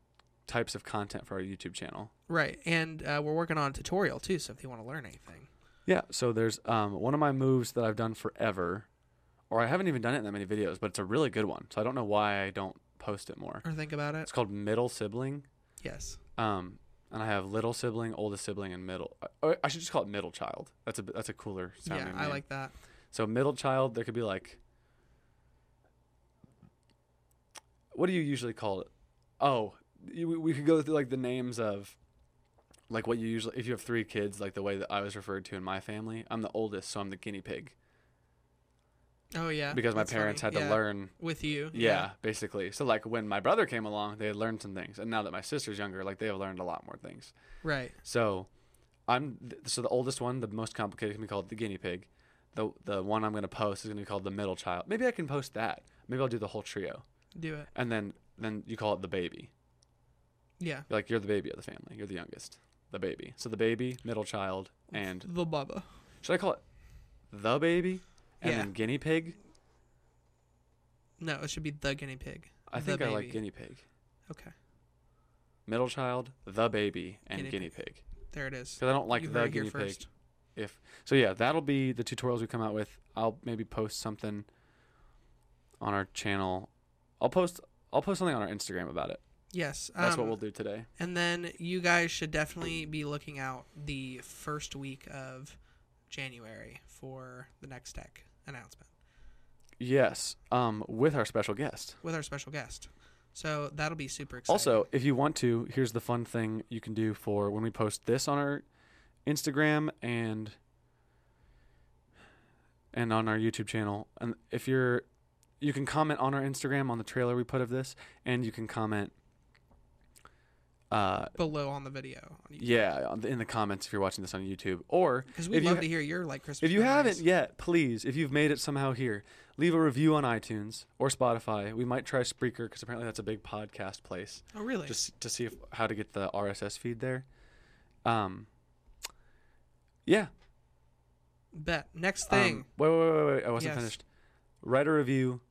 types of content for our YouTube channel. right. And uh, we're working on a tutorial too. So if you want to learn anything, Yeah, so there's um, one of my moves that I've done forever, or I haven't even done it in that many videos, but it's a really good one. So I don't know why I don't post it more. or think about it. It's called middle sibling, Yes. um, and I have little sibling, oldest sibling, and middle. Or I should just call it middle child. That's a that's a cooler sounding yeah, I name. like that. So middle child, there could be like, what do you usually call it? Oh, you, we- we could go through like the names of, like what you usually if you have three kids, like the way that I was referred to in my family. I'm the oldest, so I'm the guinea pig Oh yeah. because my that's parents funny. had to Yeah, learn. with you. Yeah, basically. So like when my brother came along, they had learned some things, and now that my sister's younger, like they have learned a lot more things. Right. So, I'm th- so the oldest one, the most complicated, can be called the guinea pig. The the one I'm gonna post is gonna be called the middle child. Maybe I can post that. Maybe I'll do the whole trio, Do it. and then then you call it the baby. Yeah. You're like you're the baby of the family. You're the youngest, the baby. So the baby, middle child, and the Bubba. should I call it the baby, and Yeah. then guinea pig? No, it should be the guinea pig. I The think I like baby. guinea pig. Okay. Middle child, the baby, and Guinea guinea, pig. There it is. Because I don't like You heard the it here guinea pig. first. if so yeah that'll be the tutorials we come out with i'll maybe post something on our channel i'll post i'll post something on our instagram about it Yes. that's um, what we'll do today And then you guys should definitely be looking out the first week of January for the next tech announcement yes um with our special guest with our special guest. So that'll be super exciting. Also, if you want to, here's the fun thing you can do for when we post this on our Instagram and and on our YouTube channel. And if you're you can comment on our Instagram on the trailer we put of this and you can comment uh below on the video. yeah, on the- in the comments if you're watching this on YouTube or Because we'd if you love ha- to hear your like Christmas. if you memories. haven't yet, please, if you've made it somehow here, leave a review on iTunes or Spotify. We might try Spreaker because apparently that's a big podcast place Oh really? just to see if how to get the RSS feed there. Um, yeah. Bet. Next um, thing. wait, wait, wait, wait, wait. I wasn't Yes. finished. Write a review.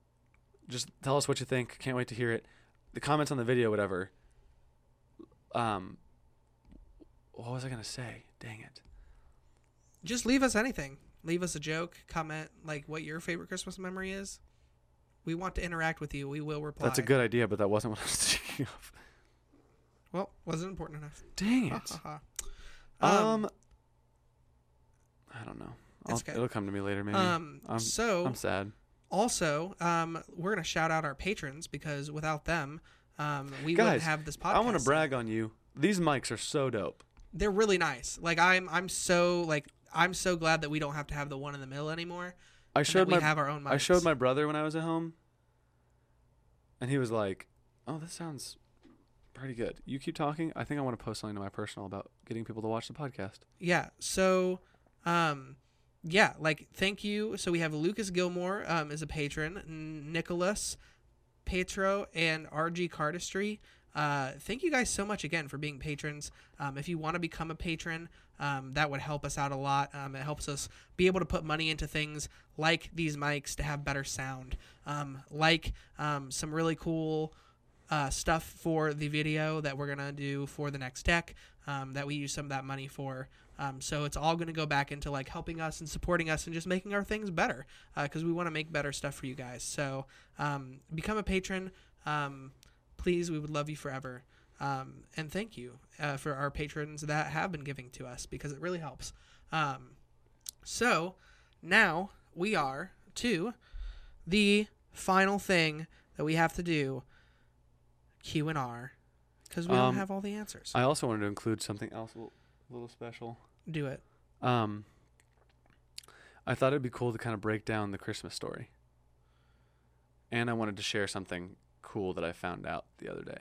Just tell us what you think. Can't wait to hear it. The comments on the video, whatever. Um, what was I gonna say? Dang it. just leave us anything. Leave us a joke, comment like what your favorite Christmas memory is. We want to interact with you. We will reply. That's a good idea, but that wasn't what I was thinking of. Well, wasn't important enough. Dang Ha, it. ha, ha. Um, I don't know. I'll, It's okay. It'll come to me later, maybe. um, I'm- so I'm sad. also, um, we're gonna shout out our patrons because without them, um, we wouldn't Guys, have this podcast. I want to brag on you. These mics are so dope. They're really nice. Like I'm, I'm so like I'm so glad that we don't have to have the one in the middle anymore. I and that showed we my have our own. Mics. I showed my brother when I was at home, and he was like, "Oh, this sounds pretty good." You keep talking. I think I want to post something to my personal about getting people to watch the podcast. yeah so um yeah like thank you so we have lucas gilmore um is a patron N- nicholas petro and rg cardistry uh, thank you guys so much again for being patrons. Um, if you want to become a patron, um, that would help us out a lot. Um, it helps us be able to put money into things like these mics to have better sound, um, like um, some really cool uh, stuff for the video that we're gonna do for the next deck um, that we use some of that money for. Um, so it's all gonna go back into like helping us and supporting us and just making our things better because we want to make better stuff for you guys. So um, become a patron, um, please. We would love you forever. Um, and thank you uh, for our patrons that have been giving to us because it really helps. Um, so now we are to the final thing that we have to do Q and R because we don't Um, have all the answers. I also wanted to include something else, a little- little special. do it. Um, I thought it'd be cool to kind of break down the Christmas story, and I wanted to share something cool that I found out the other day.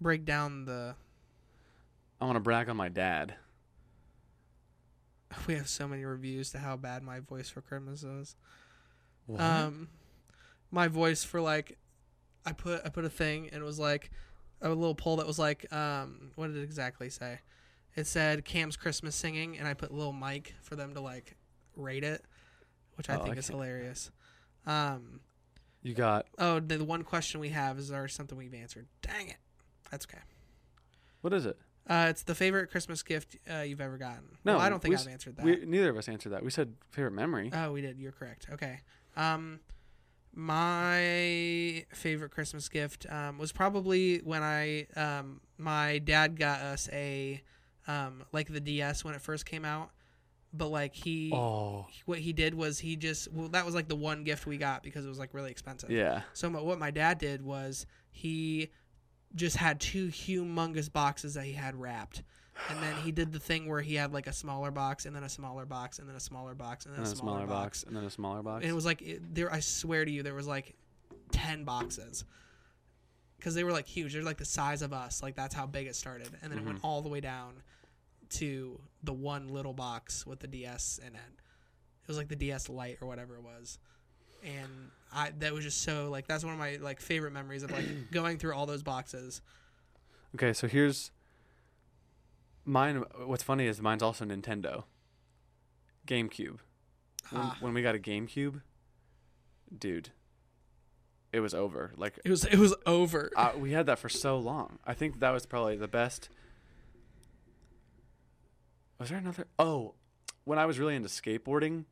Break down the. I want to brag on my dad. We have so many reviews to how bad my voice for Christmas is. What? Um, my voice for like, I put I put a thing and it was like a little poll that was like, um, what did it exactly say? It said Cam's Christmas singing, and I put little Mike for them to like rate it, which I Oh, think I is can't- hilarious. Um, you got oh, the, the one question we have is there something we've answered? Dang it, that's okay. what is it? Uh, it's the favorite Christmas gift uh, you've ever gotten. No, well, I don't think we I've s- answered that. We neither of us answered that. We said favorite memory. Oh, we did. You're correct. Okay. Um, my favorite Christmas gift um, was probably when I um, my dad got us a um, like the DS when it first came out, but like he oh, what he did was he just well that was like the one gift we got because it was like really expensive. yeah. So my, what my dad did was he just had two humongous boxes that he had wrapped. And then he did the thing where he had like a smaller box and then a smaller box and then a smaller box and then And a then smaller, box. and then a smaller box. And it was like it, there I swear to you there was like 10 boxes. Cuz they were like huge. They're like the size of us. Like that's how big it started. And then it Mm-hmm. went all the way down to the one little box with the DS in it. It was like the DS Lite or whatever it was. And I that was just so like that's one of my like favorite memories of like going through all those boxes. okay, so here's mine. What's funny is mine's also Nintendo. GameCube. When, Ah. when we got a GameCube, dude, it was over. Like It was it was over. I, we had that for so long. I think that was probably the best. Was there another? Oh, when I was really into skateboarding,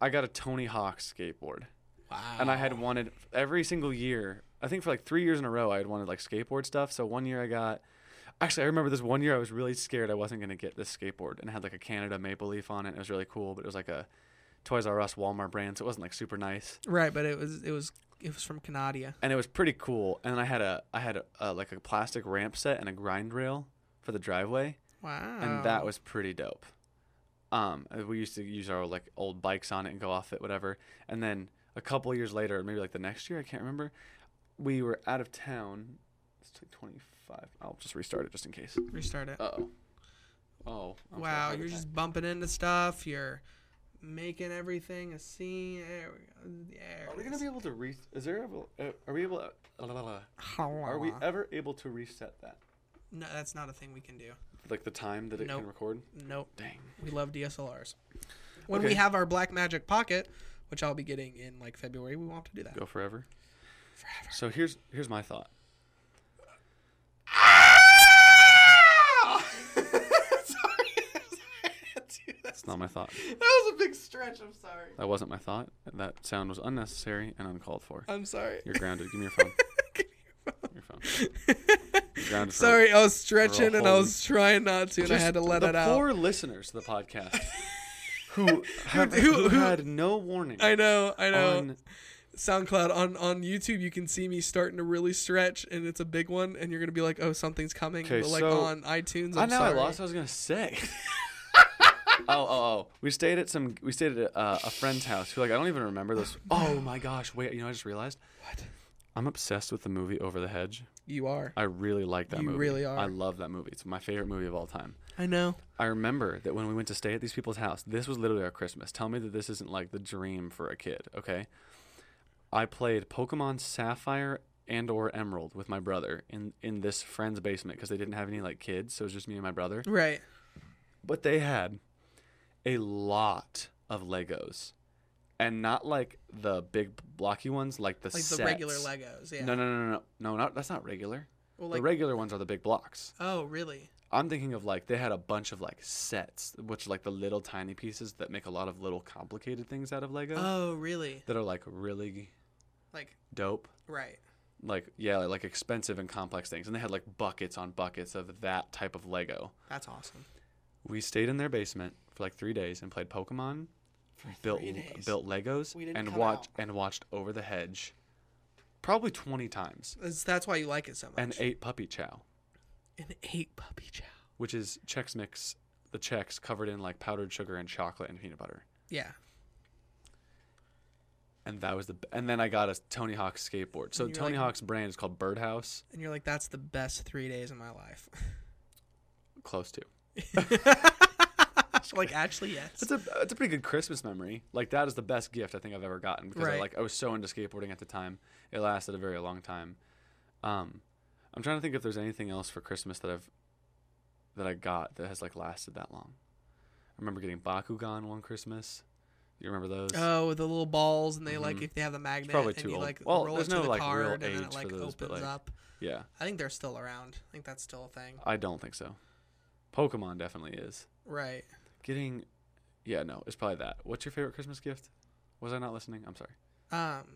I got a Tony Hawk skateboard. wow. and I had wanted every single year. I think for like three years in a row, I had wanted like skateboard stuff. So one year I got. Actually, I remember this one year I was really scared I wasn't gonna get this skateboard, and it had like a Canada maple leaf on it. It was really cool, but it was like a Toys R Us Walmart brand, so it wasn't like super nice. right, but it was it was it was from Canadia. and it was pretty cool. And then I had a I had a, a like a plastic ramp set and a grind rail for the driveway, Wow. and that was pretty dope. Um, uh, we used to use our like old bikes on it and go off it, whatever. And then a couple years later, maybe like the next year, I can't remember, we were out of town. It's like twenty five. I'll just restart it just in case. restart it. Uh oh. Oh. I'm wow, sorry. you're just bumping into stuff. You're making everything a scene. There we go. There Are it we gonna is. be able to re? Is there? able- uh, Are we able? uh, Are we ever able to reset that? No, that's not a thing we can do. Like the time that it Nope. can record? Nope. Dang. We love DSLRs. When we Okay. have our Black Magic Pocket, which I'll be getting in like February, we won't have to do that. Go forever. Forever. So here's here's my thought. sorry, I had to do that. It's not my thought. That was a big stretch. I'm sorry. That wasn't my thought. That sound was unnecessary and uncalled for. I'm sorry. You're grounded. Give me your phone. Give me your phone. You're grounded for- Sorry, I was stretching and I whole- was trying not to, and I Just had to let the it out. Poor listeners to the podcast who have, who- who, who- had no warning. I know, I know. on, SoundCloud on on YouTube, you can see me starting to really stretch, and it's a big one. And you're gonna be like, "Oh, something's coming." 'Kay, But like so- on iTunes, I'm I know I sorry. lost what I was gonna say. oh, oh, oh! We stayed at some. We stayed at uh, a, a friend's house. Who like I don't even remember this. Oh my gosh! Wait, you know I just realized. What? I'm obsessed with the movie Over the Hedge. You are. I really like that You movie. really are. I love that movie. It's my favorite movie of all time. I know. I remember that when we went to stay at these people's house, this was literally our Christmas. Tell me that this isn't like the dream for a kid, okay? I played Pokemon Sapphire and or Emerald with my brother in in this friend's basement because they didn't have any like kids, so it was just me and my brother. Right. But they had a lot of Legos. And not like the big blocky ones, like the Like the sets. regular Legos. Yeah. No, no, no, no, no, no. Not that's not regular. Well, the like, regular ones are the big blocks. oh, really? I'm thinking of like they had a bunch of like sets, which are like the little tiny pieces that make a lot of little complicated things out of Lego Oh, really? that are like really Like, dope. right. Like yeah, like, like expensive and complex things. And they had like buckets on buckets of that type of Lego. That's awesome. We stayed in their basement for like 3 days and played Pokemon, built three days. built Legos We didn't and come watched out. and watched Over the Hedge probably 20 times That's, that's why you like it so much. and ate puppy chow, An eight puppy chow. which is Chex Mix the Chex covered in like powdered sugar and chocolate and peanut butter. Yeah. and that was the and then I got a Tony Hawk skateboard. So And you're Tony like- Hawk's brand is called Birdhouse. And you're like, that's the best three days of my life. Close to. like, actually, yes. It's a it's a pretty good Christmas memory. Like that is the best gift I think I've ever gotten because I Right. like I was so into skateboarding at the time. It lasted a very long time. Um, I'm trying to think if there's anything else for Christmas that I've that I got that has like lasted that long. I remember getting Bakugan one Christmas. You remember those? Oh, with the little balls, and they like Mhm. if they have the magnet, probably and too you old. like Well, roll there's it to no, the like, real card, and then age it for like those, opens but, like- up. yeah, I think they're still around. I think that's still a thing. I don't think so. Pokemon definitely is. Right. Getting, yeah, no, it's probably that. What's your favorite Christmas gift? Was I not listening? I'm sorry. Um,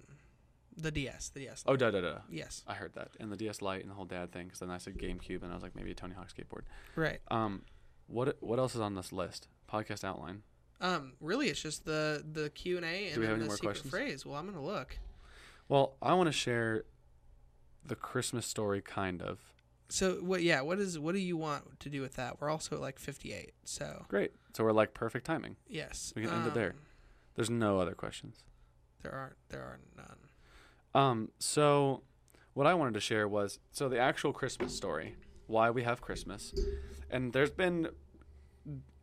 the DS, the DS, Oh, da da da. yes, I heard that. And the DS Lite and the whole dad thing. Because then I said GameCube, and I was like, maybe a Tony Hawk skateboard. right. Um, what what else is on this list? Podcast outline. Um, really, it's just the the Q and A Do and we then have any the more secret questions? phrase. Well, I'm gonna look. Well, I want to share the Christmas story, kind of. So what? Yeah, what is what do you want to do with that? We're also at like 58. So Great. So we're like perfect timing. yes, We can end it there. um, There's no other questions. There are there are none. Um, so what I wanted to share was so the actual Christmas story, why we have Christmas, and there's been,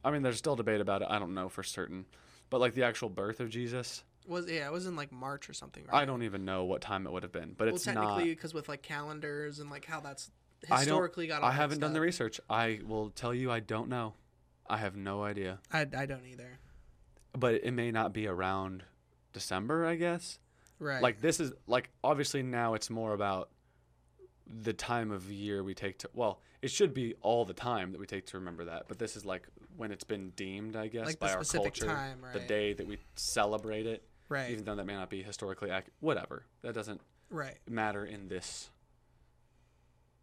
I mean, there's still debate about it. I don't know for certain, but like the actual birth of Jesus, Was yeah, it was in like March or something. Right? I don't even know what time it would have been, but Well, it's not. technically, because with like calendars and like how that's I don't- historically got. all I haven't mixed done the up. research. I will tell you, I don't know. I have no idea. I I don't either. But it may not be around December, I guess. Right. Like this is like obviously now it's more about the time of year we take to. Well, it should be all the time that we take to remember that. But this is like when it's been deemed, I guess, Like the by our specific culture, time, the right. day that we celebrate it. right. Even though that may not be historically accurate, whatever. That doesn't right. matter in this.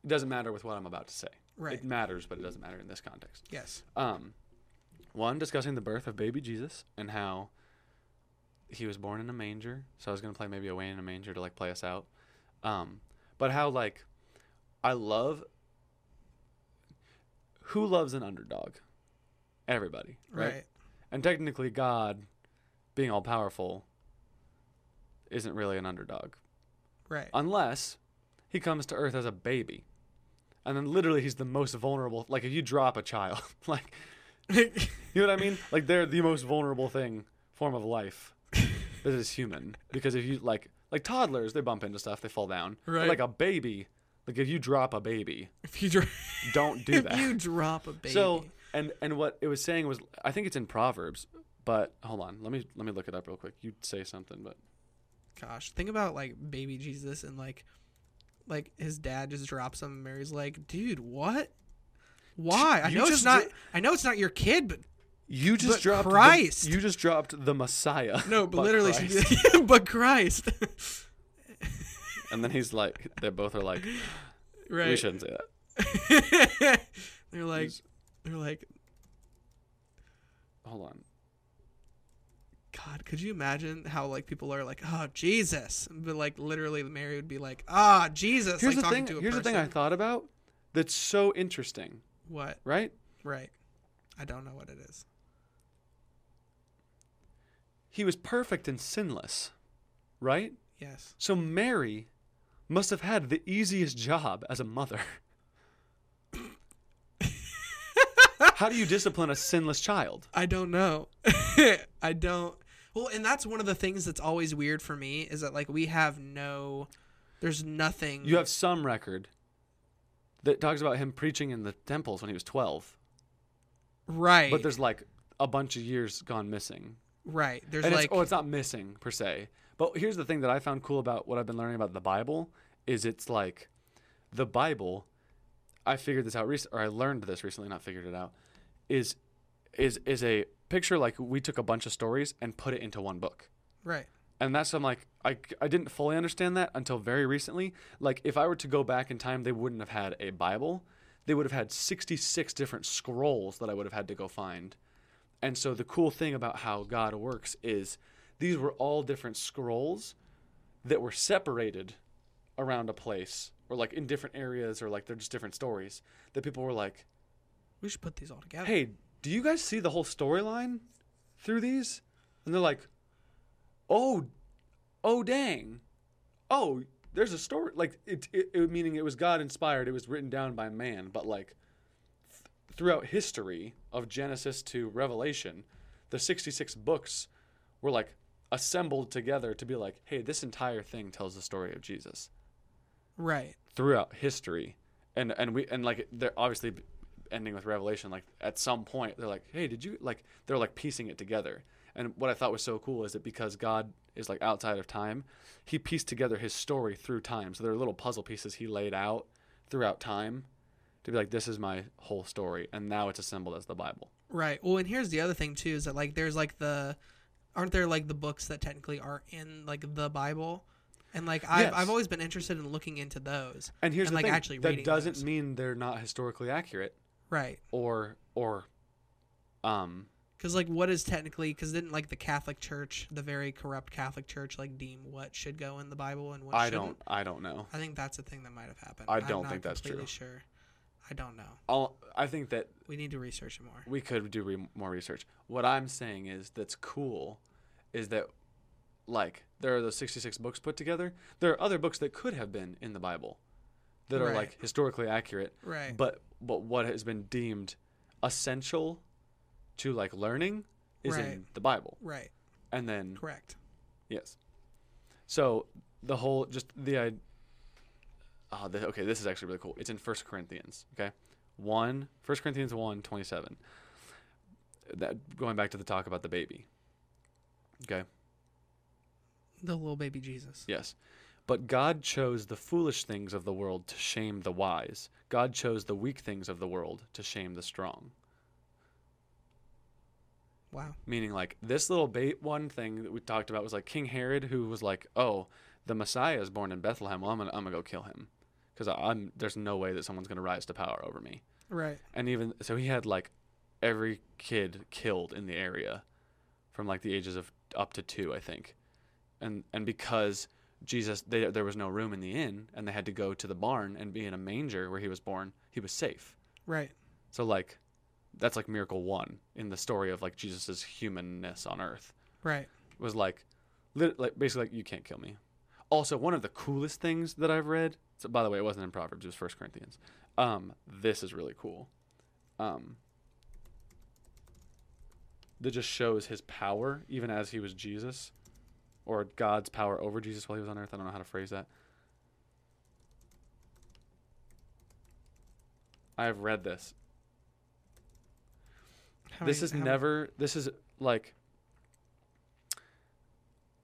It doesn't matter with what I'm about to say. Right. It matters, but it doesn't matter in this context. Yes. Um, one discussing the birth of baby Jesus and how he was born in a manger, so I was gonna play maybe away in a manger to like play us out. Um, but how like I love who loves an underdog? Everybody, Right. right? And technically, God, being all powerful, isn't really an underdog Right. unless he comes to earth as a baby and then literally he's the most vulnerable like if you drop a child like you know what i mean like they're the most vulnerable thing form of life that is human because if you like like toddlers they bump into stuff they fall down But, Right. like a baby like if you drop a baby if you dr- don't do if that you drop a baby. so and and what it was saying was i think it's in proverbs but hold on let me let me look it up real quick you say something but gosh, think about like baby Jesus and like like his dad just drops him and Mary's like, "Dude, what? Why? I You know it's just not dro- I know it's not your kid, but you just But dropped the- Christ. you just dropped the messiah no, but, literally Christ. she but Christ." And then he's like, they both are like, right. we shouldn't say that. they're like He's- they're like, Hold on. "God, could you imagine how like people are like, "Oh, Jesus." But like literally Mary would be like, "Ah, Jesus." Here's like the talking thing. to a Here's the thing I person. thought about. That's so interesting, What? right? Right. I don't know what it is. He was perfect and sinless, right? Yes. So Mary must have had the easiest job as a mother. How do you discipline a sinless child? I don't know. I don't. Well, and that's one of the things that's always weird for me is that like we have no, there's nothing. You have some record that talks about him preaching in the temples when he was 12, right, but there's like a bunch of years gone missing. right. There's and like it's, oh, it's not missing per se. But here's the thing that I found cool about what I've been learning about the Bible is it's like the Bible. I figured this out recently, or I learned this recently, not figured it out. Is is is a picture like we took a bunch of stories and put it into one book. right, And that's I'm like I, I didn't fully understand that until very recently. Like if I were to go back in time, they wouldn't have had a Bible. They would have had 66 different scrolls that I would have had to go find. And so the cool thing about how God works is these were all different scrolls that were separated around a place or like in different areas or like they're just different stories that people were like, we should put these all together. "Hey, do you guys see the whole storyline through these?" And they're like, "Oh, oh dang. Oh, there's a story like it, it, it meaning it was God inspired. It was written down by man, but like th- throughout history of Genesis to Revelation, the 66 books were like assembled together to be like, "Hey, this entire thing tells the story of Jesus." right, throughout history and and we and like they're obviously ending with revelation like at some point they're like hey did you like they're like piecing it together and what i thought was so cool is that because god is like outside of time he pieced together his story through time so there are little puzzle pieces he laid out throughout time to be like this is my whole story and now it's assembled as the bible right. Well, and here's the other thing too is that like there's like the, aren't there like the books that technically are in like the Bible, and like I've Yes. I've always been interested in looking into those. and here's And, the like, thing actually that reading doesn't those. mean they're not historically accurate Right. or or um Because like, what is technically? Because didn't like the Catholic Church, the very corrupt Catholic Church, like deem what should go in the Bible and what i shouldn't? don't i don't know I think that's a thing that might have happened. I I'm don't not think that's completely true. Sure, I don't know. I'll, i think that We need to research it more. we could do re- more research. What I'm saying is that's cool is that like there are those 66 books put together. There are other books that could have been in the Bible that are Right. like historically accurate, Right. but but what has been deemed essential to like learning is in Right. the Bible. right. And then Correct. yes. So the whole just the I uh, the, okay, this is actually really cool. It's in First Corinthians, okay? 1 1 Corinthians 1 27 that going back to the talk about the baby. Okay. The little baby Jesus. Yes. But God chose the foolish things of the world to shame the wise. God chose the weak things of the world to shame the strong. Wow. Meaning like this little bait one thing that we talked about was like King Herod who was like, "Oh, the Messiah is born in Bethlehem. Well, I'm going to I'm going to go kill him cuz I'm there's no way that someone's going to rise to power over me." Right. And even so he had like every kid killed in the area from like the ages of up to two, I think, and and because Jesus, they, there was no room in the inn, and they had to go to the barn and be in a manger where he was born. He was safe. Right. So like, that's like miracle one in the story of like Jesus's humanness on earth Right. was like, lit- like basically like you can't kill me. Also, one of the coolest things that I've read. So by the way, it wasn't in Proverbs; it was First Corinthians. Um, this is really cool. Um, that just shows his power, even as he was Jesus, or God's power over Jesus while he was on earth. I don't know how to phrase that. I have read this How this many- is how many- never this is like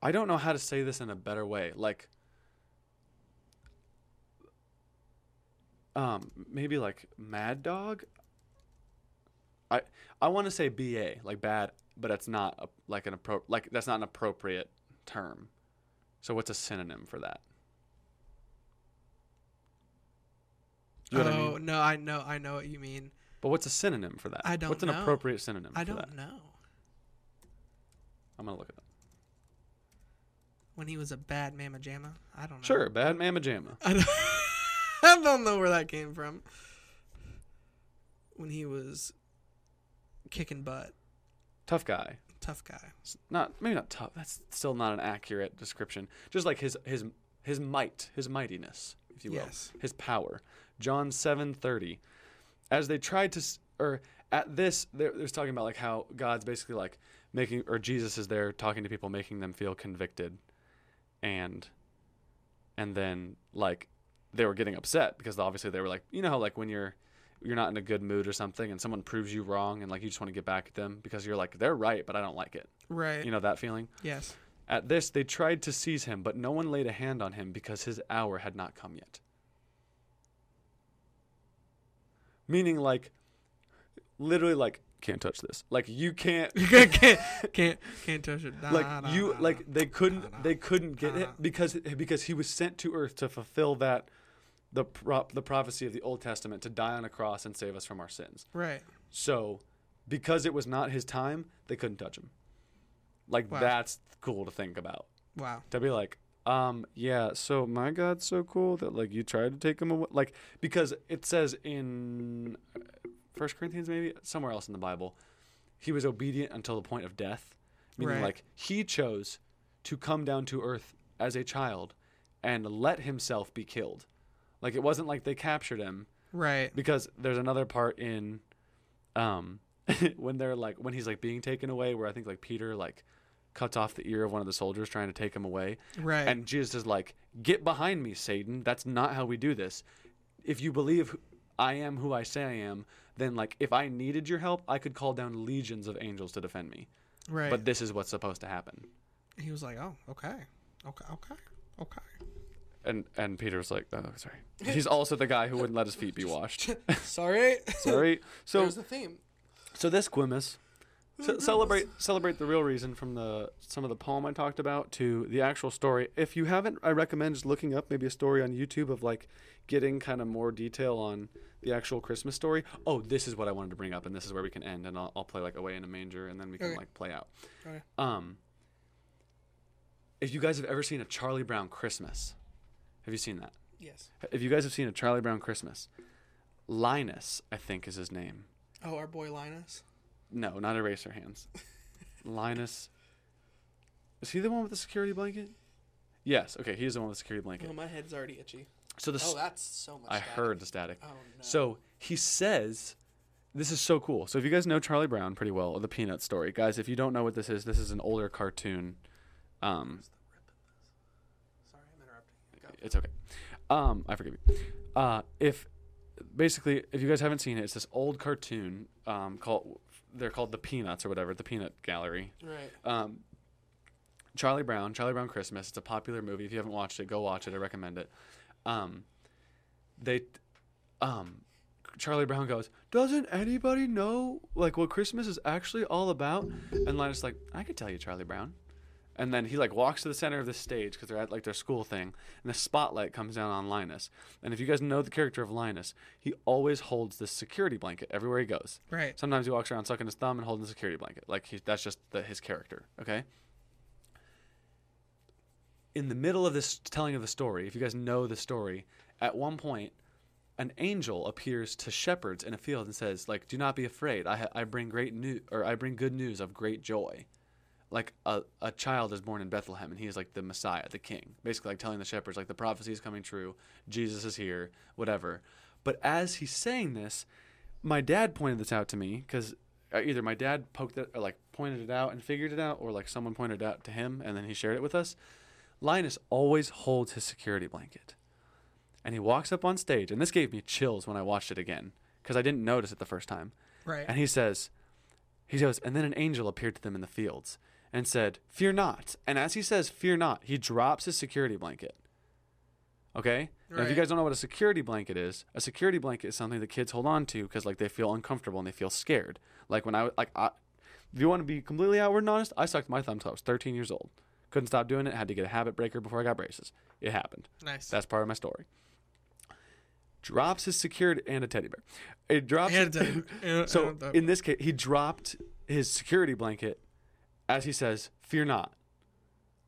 i don't know how to say this in a better way like um maybe like mad dog i i want to say ba like bad but that's not a, like an appro like that's not an appropriate term so what's a synonym for that you know what oh I mean? no, I know, I know what you mean. But what's a synonym for that? I don't What's an know. appropriate synonym I for don't that? know. I'm gonna look it up. When he was a bad mamma jamma, I don't know. Sure, bad mamma jamma. I don't, I don't know where that came from. When he was kicking butt, tough guy. tough guy. S- Not maybe not tough. That's still not an accurate description. Just like his his his might, his mightiness, if you will, Yes. his power. John seven thirty. As they tried to, s- or at this, they're, they're talking about like how God's basically like making, or Jesus is there talking to people, making them feel convicted, and and then like they were getting upset because obviously they were like, you know, how like when you're you're not in a good mood or something, and someone proves you wrong, and like you just want to get back at them because you're like they're right, but I don't like it. Right. You know that feeling? Yes. At this, they tried to seize him, but no one laid a hand on him because his hour had not come yet. Meaning, like, literally, like, can't touch this. Like, you can't. can't can't can't touch it. Nah, Like nah, you, nah, nah. like they couldn't, nah, nah. they couldn't get Nah, it nah. because because he was sent to earth to fulfill that, the prop, the prophecy of the Old Testament to die on a cross and save us from our sins. right. So, because it was not his time, they couldn't touch him. Like Wow. that's cool to think about Wow. to be like, um, yeah, so my God's so cool that like you tried to take him away, like because it says in uh, First Corinthians maybe somewhere else in the Bible, he was obedient until the point of death, meaning Right. like he chose to come down to earth as a child and let himself be killed. Like it wasn't like they captured him Right. because there's another part in um when they're like when he's like being taken away where I think like Peter like cuts off the ear of one of the soldiers trying to take him away Right. and Jesus is like, "Get behind me, Satan. That's not how we do this. If you believe who- I am who I say I am, then like if I needed your help, I could call down legions of angels to defend me. right. But this is what's supposed to happen." he was like, "Oh, okay, okay, okay, okay." And and Peter's like, "Oh, sorry." He's also the guy who wouldn't let his feet be washed. Sorry. Sorry. So There's a theme. so this Quimus ce- celebrate celebrate the real reason from the some of the poem I talked about to the actual story. If you haven't, I recommend just looking up maybe a story on YouTube of like getting kind of more detail on the actual Christmas story. Oh, this is what I wanted to bring up, and this is where we can end, and I'll, I'll play like away in a manger, and then we can Okay. like play out. Okay. Um, if you guys have ever seen a Charlie Brown Christmas, have you seen that? Yes. If you guys have seen a Charlie Brown Christmas, Linus, I think is his name. Oh, our boy Linus. No, not eraser hands. Linus. Is he the one with the security blanket? Yes. Okay, he is the one with the security blanket. Oh, my head's already itchy. So the Oh, s that's so much. I static. heard the static. Oh no. So he says, this is so cool. So if you guys know Charlie Brown pretty well, or the Peanut Story, guys, if you don't know what this is, this is an older cartoon. Um, Sorry, I'm interrupting. Go. it's okay. Um, I forgive you. Uh, if basically, if you guys haven't seen it, it's this old cartoon um, called. They're called the Peanuts or whatever, the Peanut Gallery. Right. Um, Charlie Brown, Charlie Brown Christmas. It's a popular movie. If you haven't watched it, go watch it. I recommend it. Um, they, um, Charlie Brown goes, "Doesn't anybody know like what Christmas is actually all about?" And Linus is like, "I could tell you, Charlie Brown." And then he like walks to the center of the stage because they're at like their school thing, and the spotlight comes down on Linus. And if you guys know the character of Linus, he always holds this security blanket everywhere he goes. Right. Sometimes he walks around sucking his thumb and holding a security blanket. Like he, that's just the, his character. Okay. In the middle of this telling of the story, if you guys know the story, at one point, an angel appears to shepherds in a field and says, "Like, do not be afraid. I ha- I bring great news, or I bring good news of great joy. Like a a child is born in Bethlehem, and he is like the Messiah, the King. Basically, like telling the shepherds, like the prophecy is coming true. Jesus is here. Whatever. But as he's saying this, my dad pointed this out to me because either my dad poked it or like pointed it out and figured it out or like someone pointed it out to him and then he shared it with us linus always holds his security blanket and he walks up on stage and this gave me chills when i watched it again because i didn't notice it the first time Right. and he says, he goes, and then an angel appeared to them in the fields and said, Fear not. And as he says, Fear not, he drops his security blanket. Okay? Now, if you Right. guys don't know what a security blanket is, a security blanket is something that kids hold on to because, like, they feel uncomfortable and they feel scared. Like, when I, like, I, if you want to be completely outward and honest, I sucked my thumb till I was 13 years old. Couldn't stop doing it. Had to get a habit breaker before I got braces. It happened. nice. That's part of my story. Drops his security and a teddy bear. It drops And, uh, and- so and, uh, in this case, he dropped his security blanket as he says, "Fear not,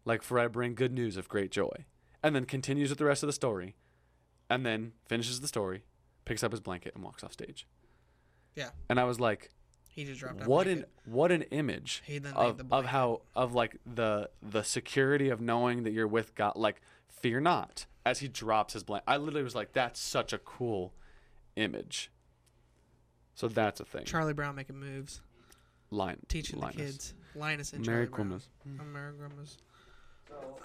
like for I bring good news of great joy," and then continues with the rest of the story, and then finishes the story, picks up his blanket and walks off stage. Yeah. And I was like, he just dropped. that what blanket. an what an image He then made of, the of blanket. how of like the the security of knowing that you're with God like fear not as he drops his blanket I literally was like that's such a cool image so that's a thing Charlie Brown making moves, line teaching Linus. Hmm. the kids. Linus and Merry Charlie Christmas Brown. Oh, Merry Christmas.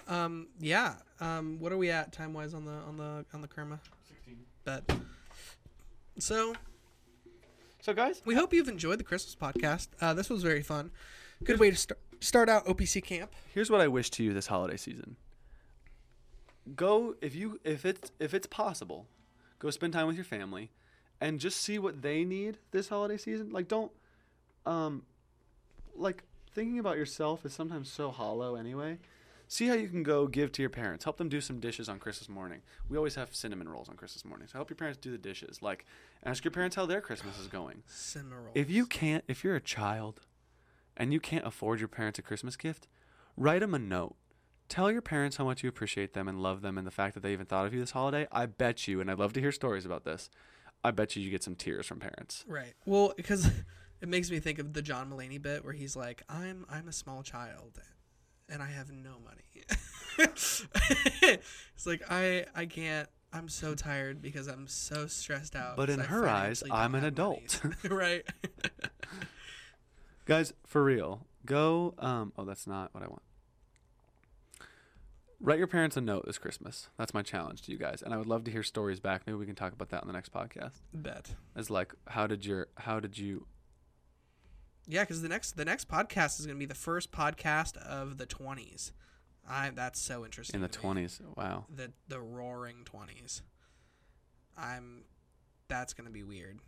Um. Yeah. Um. What are we at time wise on the on the on the Kerma? But so so guys we hope you've enjoyed the Christmas podcast. Uh, this was very fun. Good way to start start out OPC camp. here's what I wish to you this holiday season go if you if it's if it's possible go spend time with your family and just see what they need this holiday season like don't um like thinking about yourself is sometimes so hollow anyway see how you can go give to your parents help them do some dishes on christmas morning we always have cinnamon rolls on christmas morning so help your parents do the dishes like ask your parents how their christmas is going Cinnamon if you can't if you're a child and you can't afford your parents a christmas gift write them a note tell your parents how much you appreciate them and love them and the fact that they even thought of you this holiday i bet you and i'd love to hear stories about this i bet you you get some tears from parents Right. Well, because it makes me think of the John Mulaney bit where he's like, "I'm I'm a small child, and I have no money." it's like I I can't. I'm so tired because I'm so stressed out. But 'cause in I her eyes, financially don't I'm an have adult. money. right. guys for real go um oh that's not what i want write your parents a note this christmas that's my challenge to you guys and i would love to hear stories back maybe we can talk about that in the next podcast Bet. it's like how did your how did you Yeah, because the next the next podcast is gonna be the first podcast of the 20s. I that's so interesting. in the to me. 20s wow the the roaring 20s i'm that's gonna be weird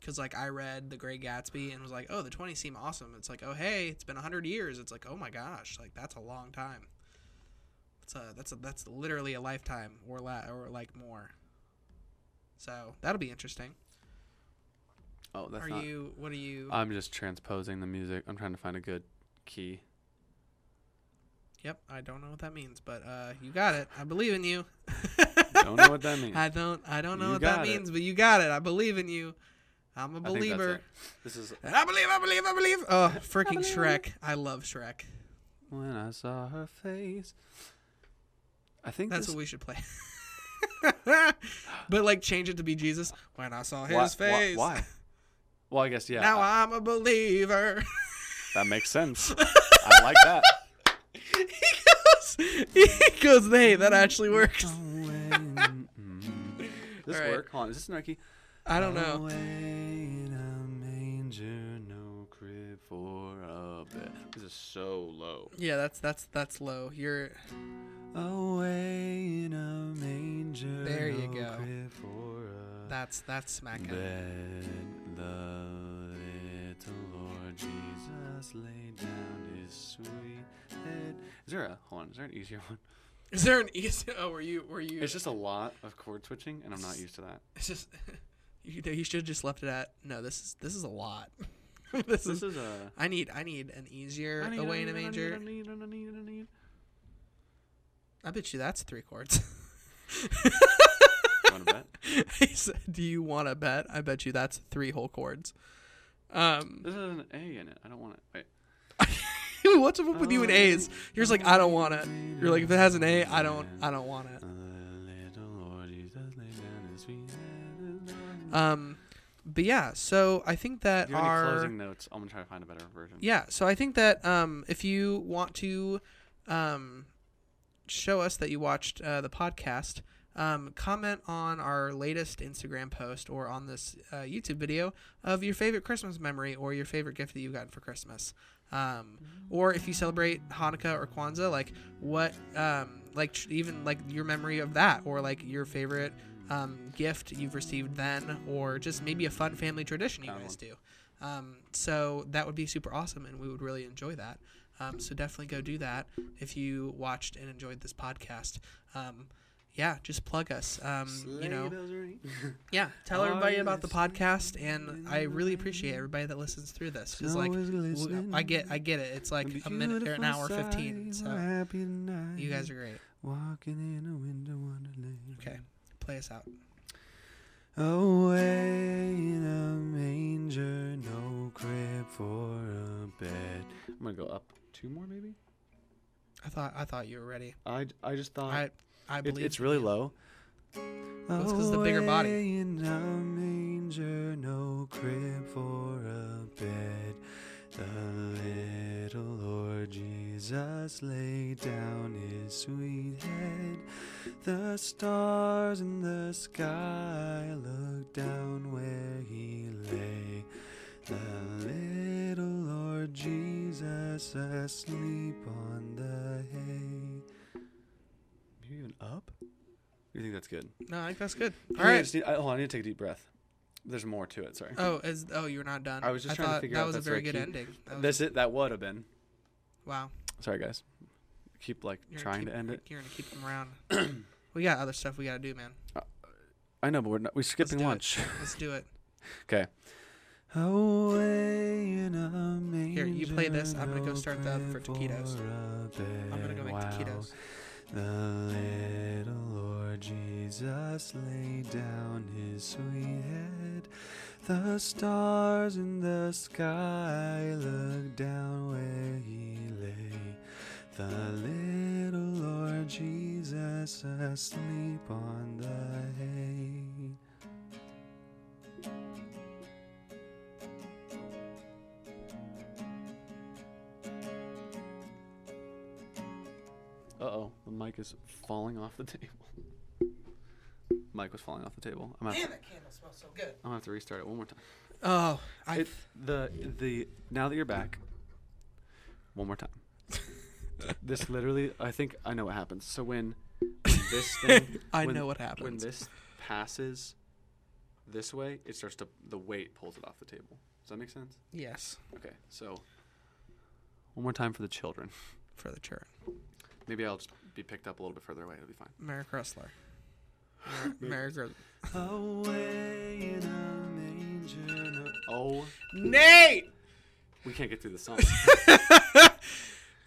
because like i read the great gatsby and was like oh the 20s seem awesome it's like oh hey it's been 100 years it's like oh my gosh like that's a long time it's a that's a that's literally a lifetime or la- or like more so that'll be interesting oh that's are not you what are you I'm just transposing the music. I'm trying to find a good key. yep i don't know what that means but uh you got it i believe in you Don't know what that means. i don't i don't know You what that got it. means but you got it i believe in you i'm a I think that's believer it. This is And I believe, I believe, I believe. Oh, freaking Shrek. I love Shrek. when I saw her face. I think That's this, what we should play. but like change it to be Jesus when I saw his why, face. Why, why? Well, I guess yeah. Now I'm a believer. that makes sense. I like that. he goes He goes, Hey, that actually works. Mm. this All right. work? Hold on. Is this anarchy? I don't know. Away in a manger, no crib for a bed. This is so low. Yeah, that's that's that's low. You're Away in a manger. There you no go. crib for a that's that's smacking. Bed, the little Lord Jesus laid down his sweet head Is there a hold on? Is there an easier one? Is there an easy? Oh, were you were you? It's just a lot of cord switching, and I'm not used to that. It's just you, you should have just left it at no. This is this is a lot. this This is. is a I need I need an easier I need, away I in a need, I manger. need, I need, I need, I need. I bet you that's three chords. You wanna bet? he said, "Do you want to bet?" I bet you that's three whole chords. Um, This is an A in it. I don't want it. Wait. what's up with you Oh, and A's? You're just like, I don't want it. You're like, if it has an A, I don't, I don't want it. The little Lord Jesus laid down his feet. Um, but yeah, so I think that Do you have any our closing notes? I'm gonna try to find a better version. yeah, so I think that um, if you want to um, show us that you watched uh, the podcast, um, comment on our latest Instagram post or on this uh, YouTube video of your favorite Christmas memory or your favorite gift that you've gotten for Christmas. Um, or if you celebrate Hanukkah or Kwanzaa, like what, um, like tr- even like your memory of that, or like your favorite um, gift you've received then, or just maybe a fun family tradition you Found guys do. Um, so that would be super awesome, and we would really enjoy that. Um, so definitely go do that if you watched and enjoyed this podcast. Um, yeah, just plug us. Um, you know, yeah, tell Are everybody you about the podcast, and I really appreciate everybody that listens through this. 'cause, like, w- I get, I get it. It's like a minute or an hour fifteen. So you guys are great. walking in a winter wonderland. Okay, play us out. Away in a manger, no crib for a bed. I'm gonna go up two more, maybe. I thought, I thought you were ready. I, I just thought I, I Uh, it, believe it's really low. it's 'cause of the bigger body. Away In a manger, no crib for a bed. The little Lord Jesus laid down his sweet head. The stars in the sky looked down where he lay. The little Lord Jesus asleep on the hay. Are you even up? You think that's good? no, I think that's good. I All think I right. just need- I- hold on, I need to take a deep breath. There's more to it. Sorry. Oh, is oh you're not done. I was just trying to thought figure that out was a that's where very I good keep- ending. That was- That's it. That would have been. wow. Sorry, guys. Keep like You're gonna trying keep- to end it. You're gonna keep them around. we got other stuff we gotta do, man. I know, but we're not. We're skipping do it. lunch. Let's do it. Okay. Here, you play this. I'm gonna go start the oven for taquitos. I'm gonna go make taquitos. The little Lord Jesus laid down his sweet head. The stars in the sky looked down where he lay. The little Lord Jesus asleep on the hay. Uh oh, the mic is falling off the table. Mic was falling off the table. I'm gonna have to, that candle smells so good. I'm gonna have to restart it one more time. Oh, I. It, the the now that you're back, one more time. this literally, I think I know what happens. So when, when this thing, I when- know what When happens. this passes this way, it starts to the weight pulls it off the table. Does that make sense? yes, Okay, so one more time for the children. for the church. Maybe I'll just be picked up a little bit further away. It'll be fine. Merry Chrysler. Mer- Merry Chrysler. Away in a manger. no- Oh, Nate, we can't get through the song.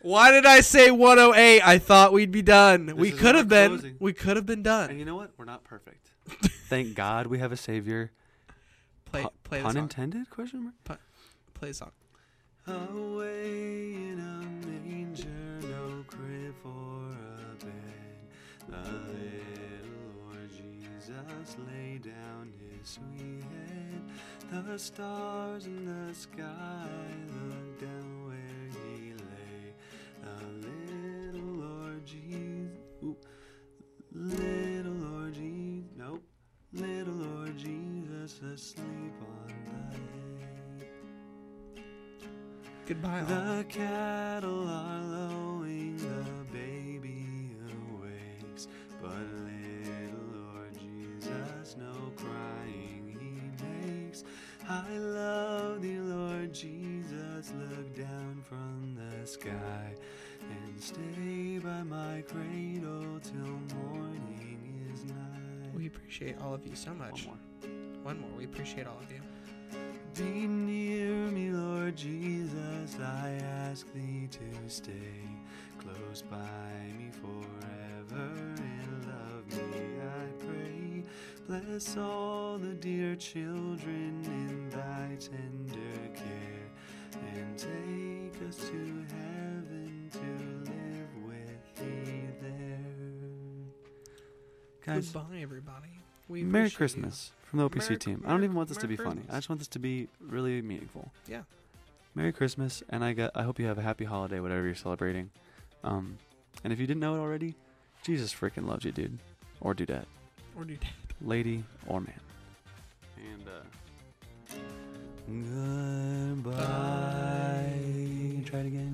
why did I say 108? I thought we'd be done. we is could have not been. closing. We could have been done. and you know what? We're not perfect. Thank God we have a savior. play, Pu- play the pun song. intended? Question mark. play the song. Away in a manger, no crib for a bed. The little Lord Jesus lay down his sweet head. The stars in the sky looked down where he lay. The little Lord Jesus. Ooh. Little Lord Jesus. Nope. Little Lord Jesus asleep on the hay. Goodbye. all. The cattle are lowing, the baby awakes. But little Lord Jesus, no crying he makes. I love thee, Lord Jesus, look down from the sky and stay by my cradle till morning is nigh. We appreciate all of you so much. One One more. We appreciate all of you. Be near me, Lord Jesus, I ask thee to stay close by me forever and love me, I pray. Bless all the dear children in thy tender care and take us to heaven to live with thee there. Guys, Goodbye, everybody. We Merry appreciate you. Christmas from the OPC Merry- team. I don't even want this to Merry be funny. Christmas. I just want this to be really meaningful. Yeah. Merry Christmas, and I got, I hope you have a happy holiday, whatever you're celebrating. Um, and if you didn't know it already, Jesus freaking loves you, dude, or dudette, Or do lady or man. And uh, Goodbye. Bye. Try it again.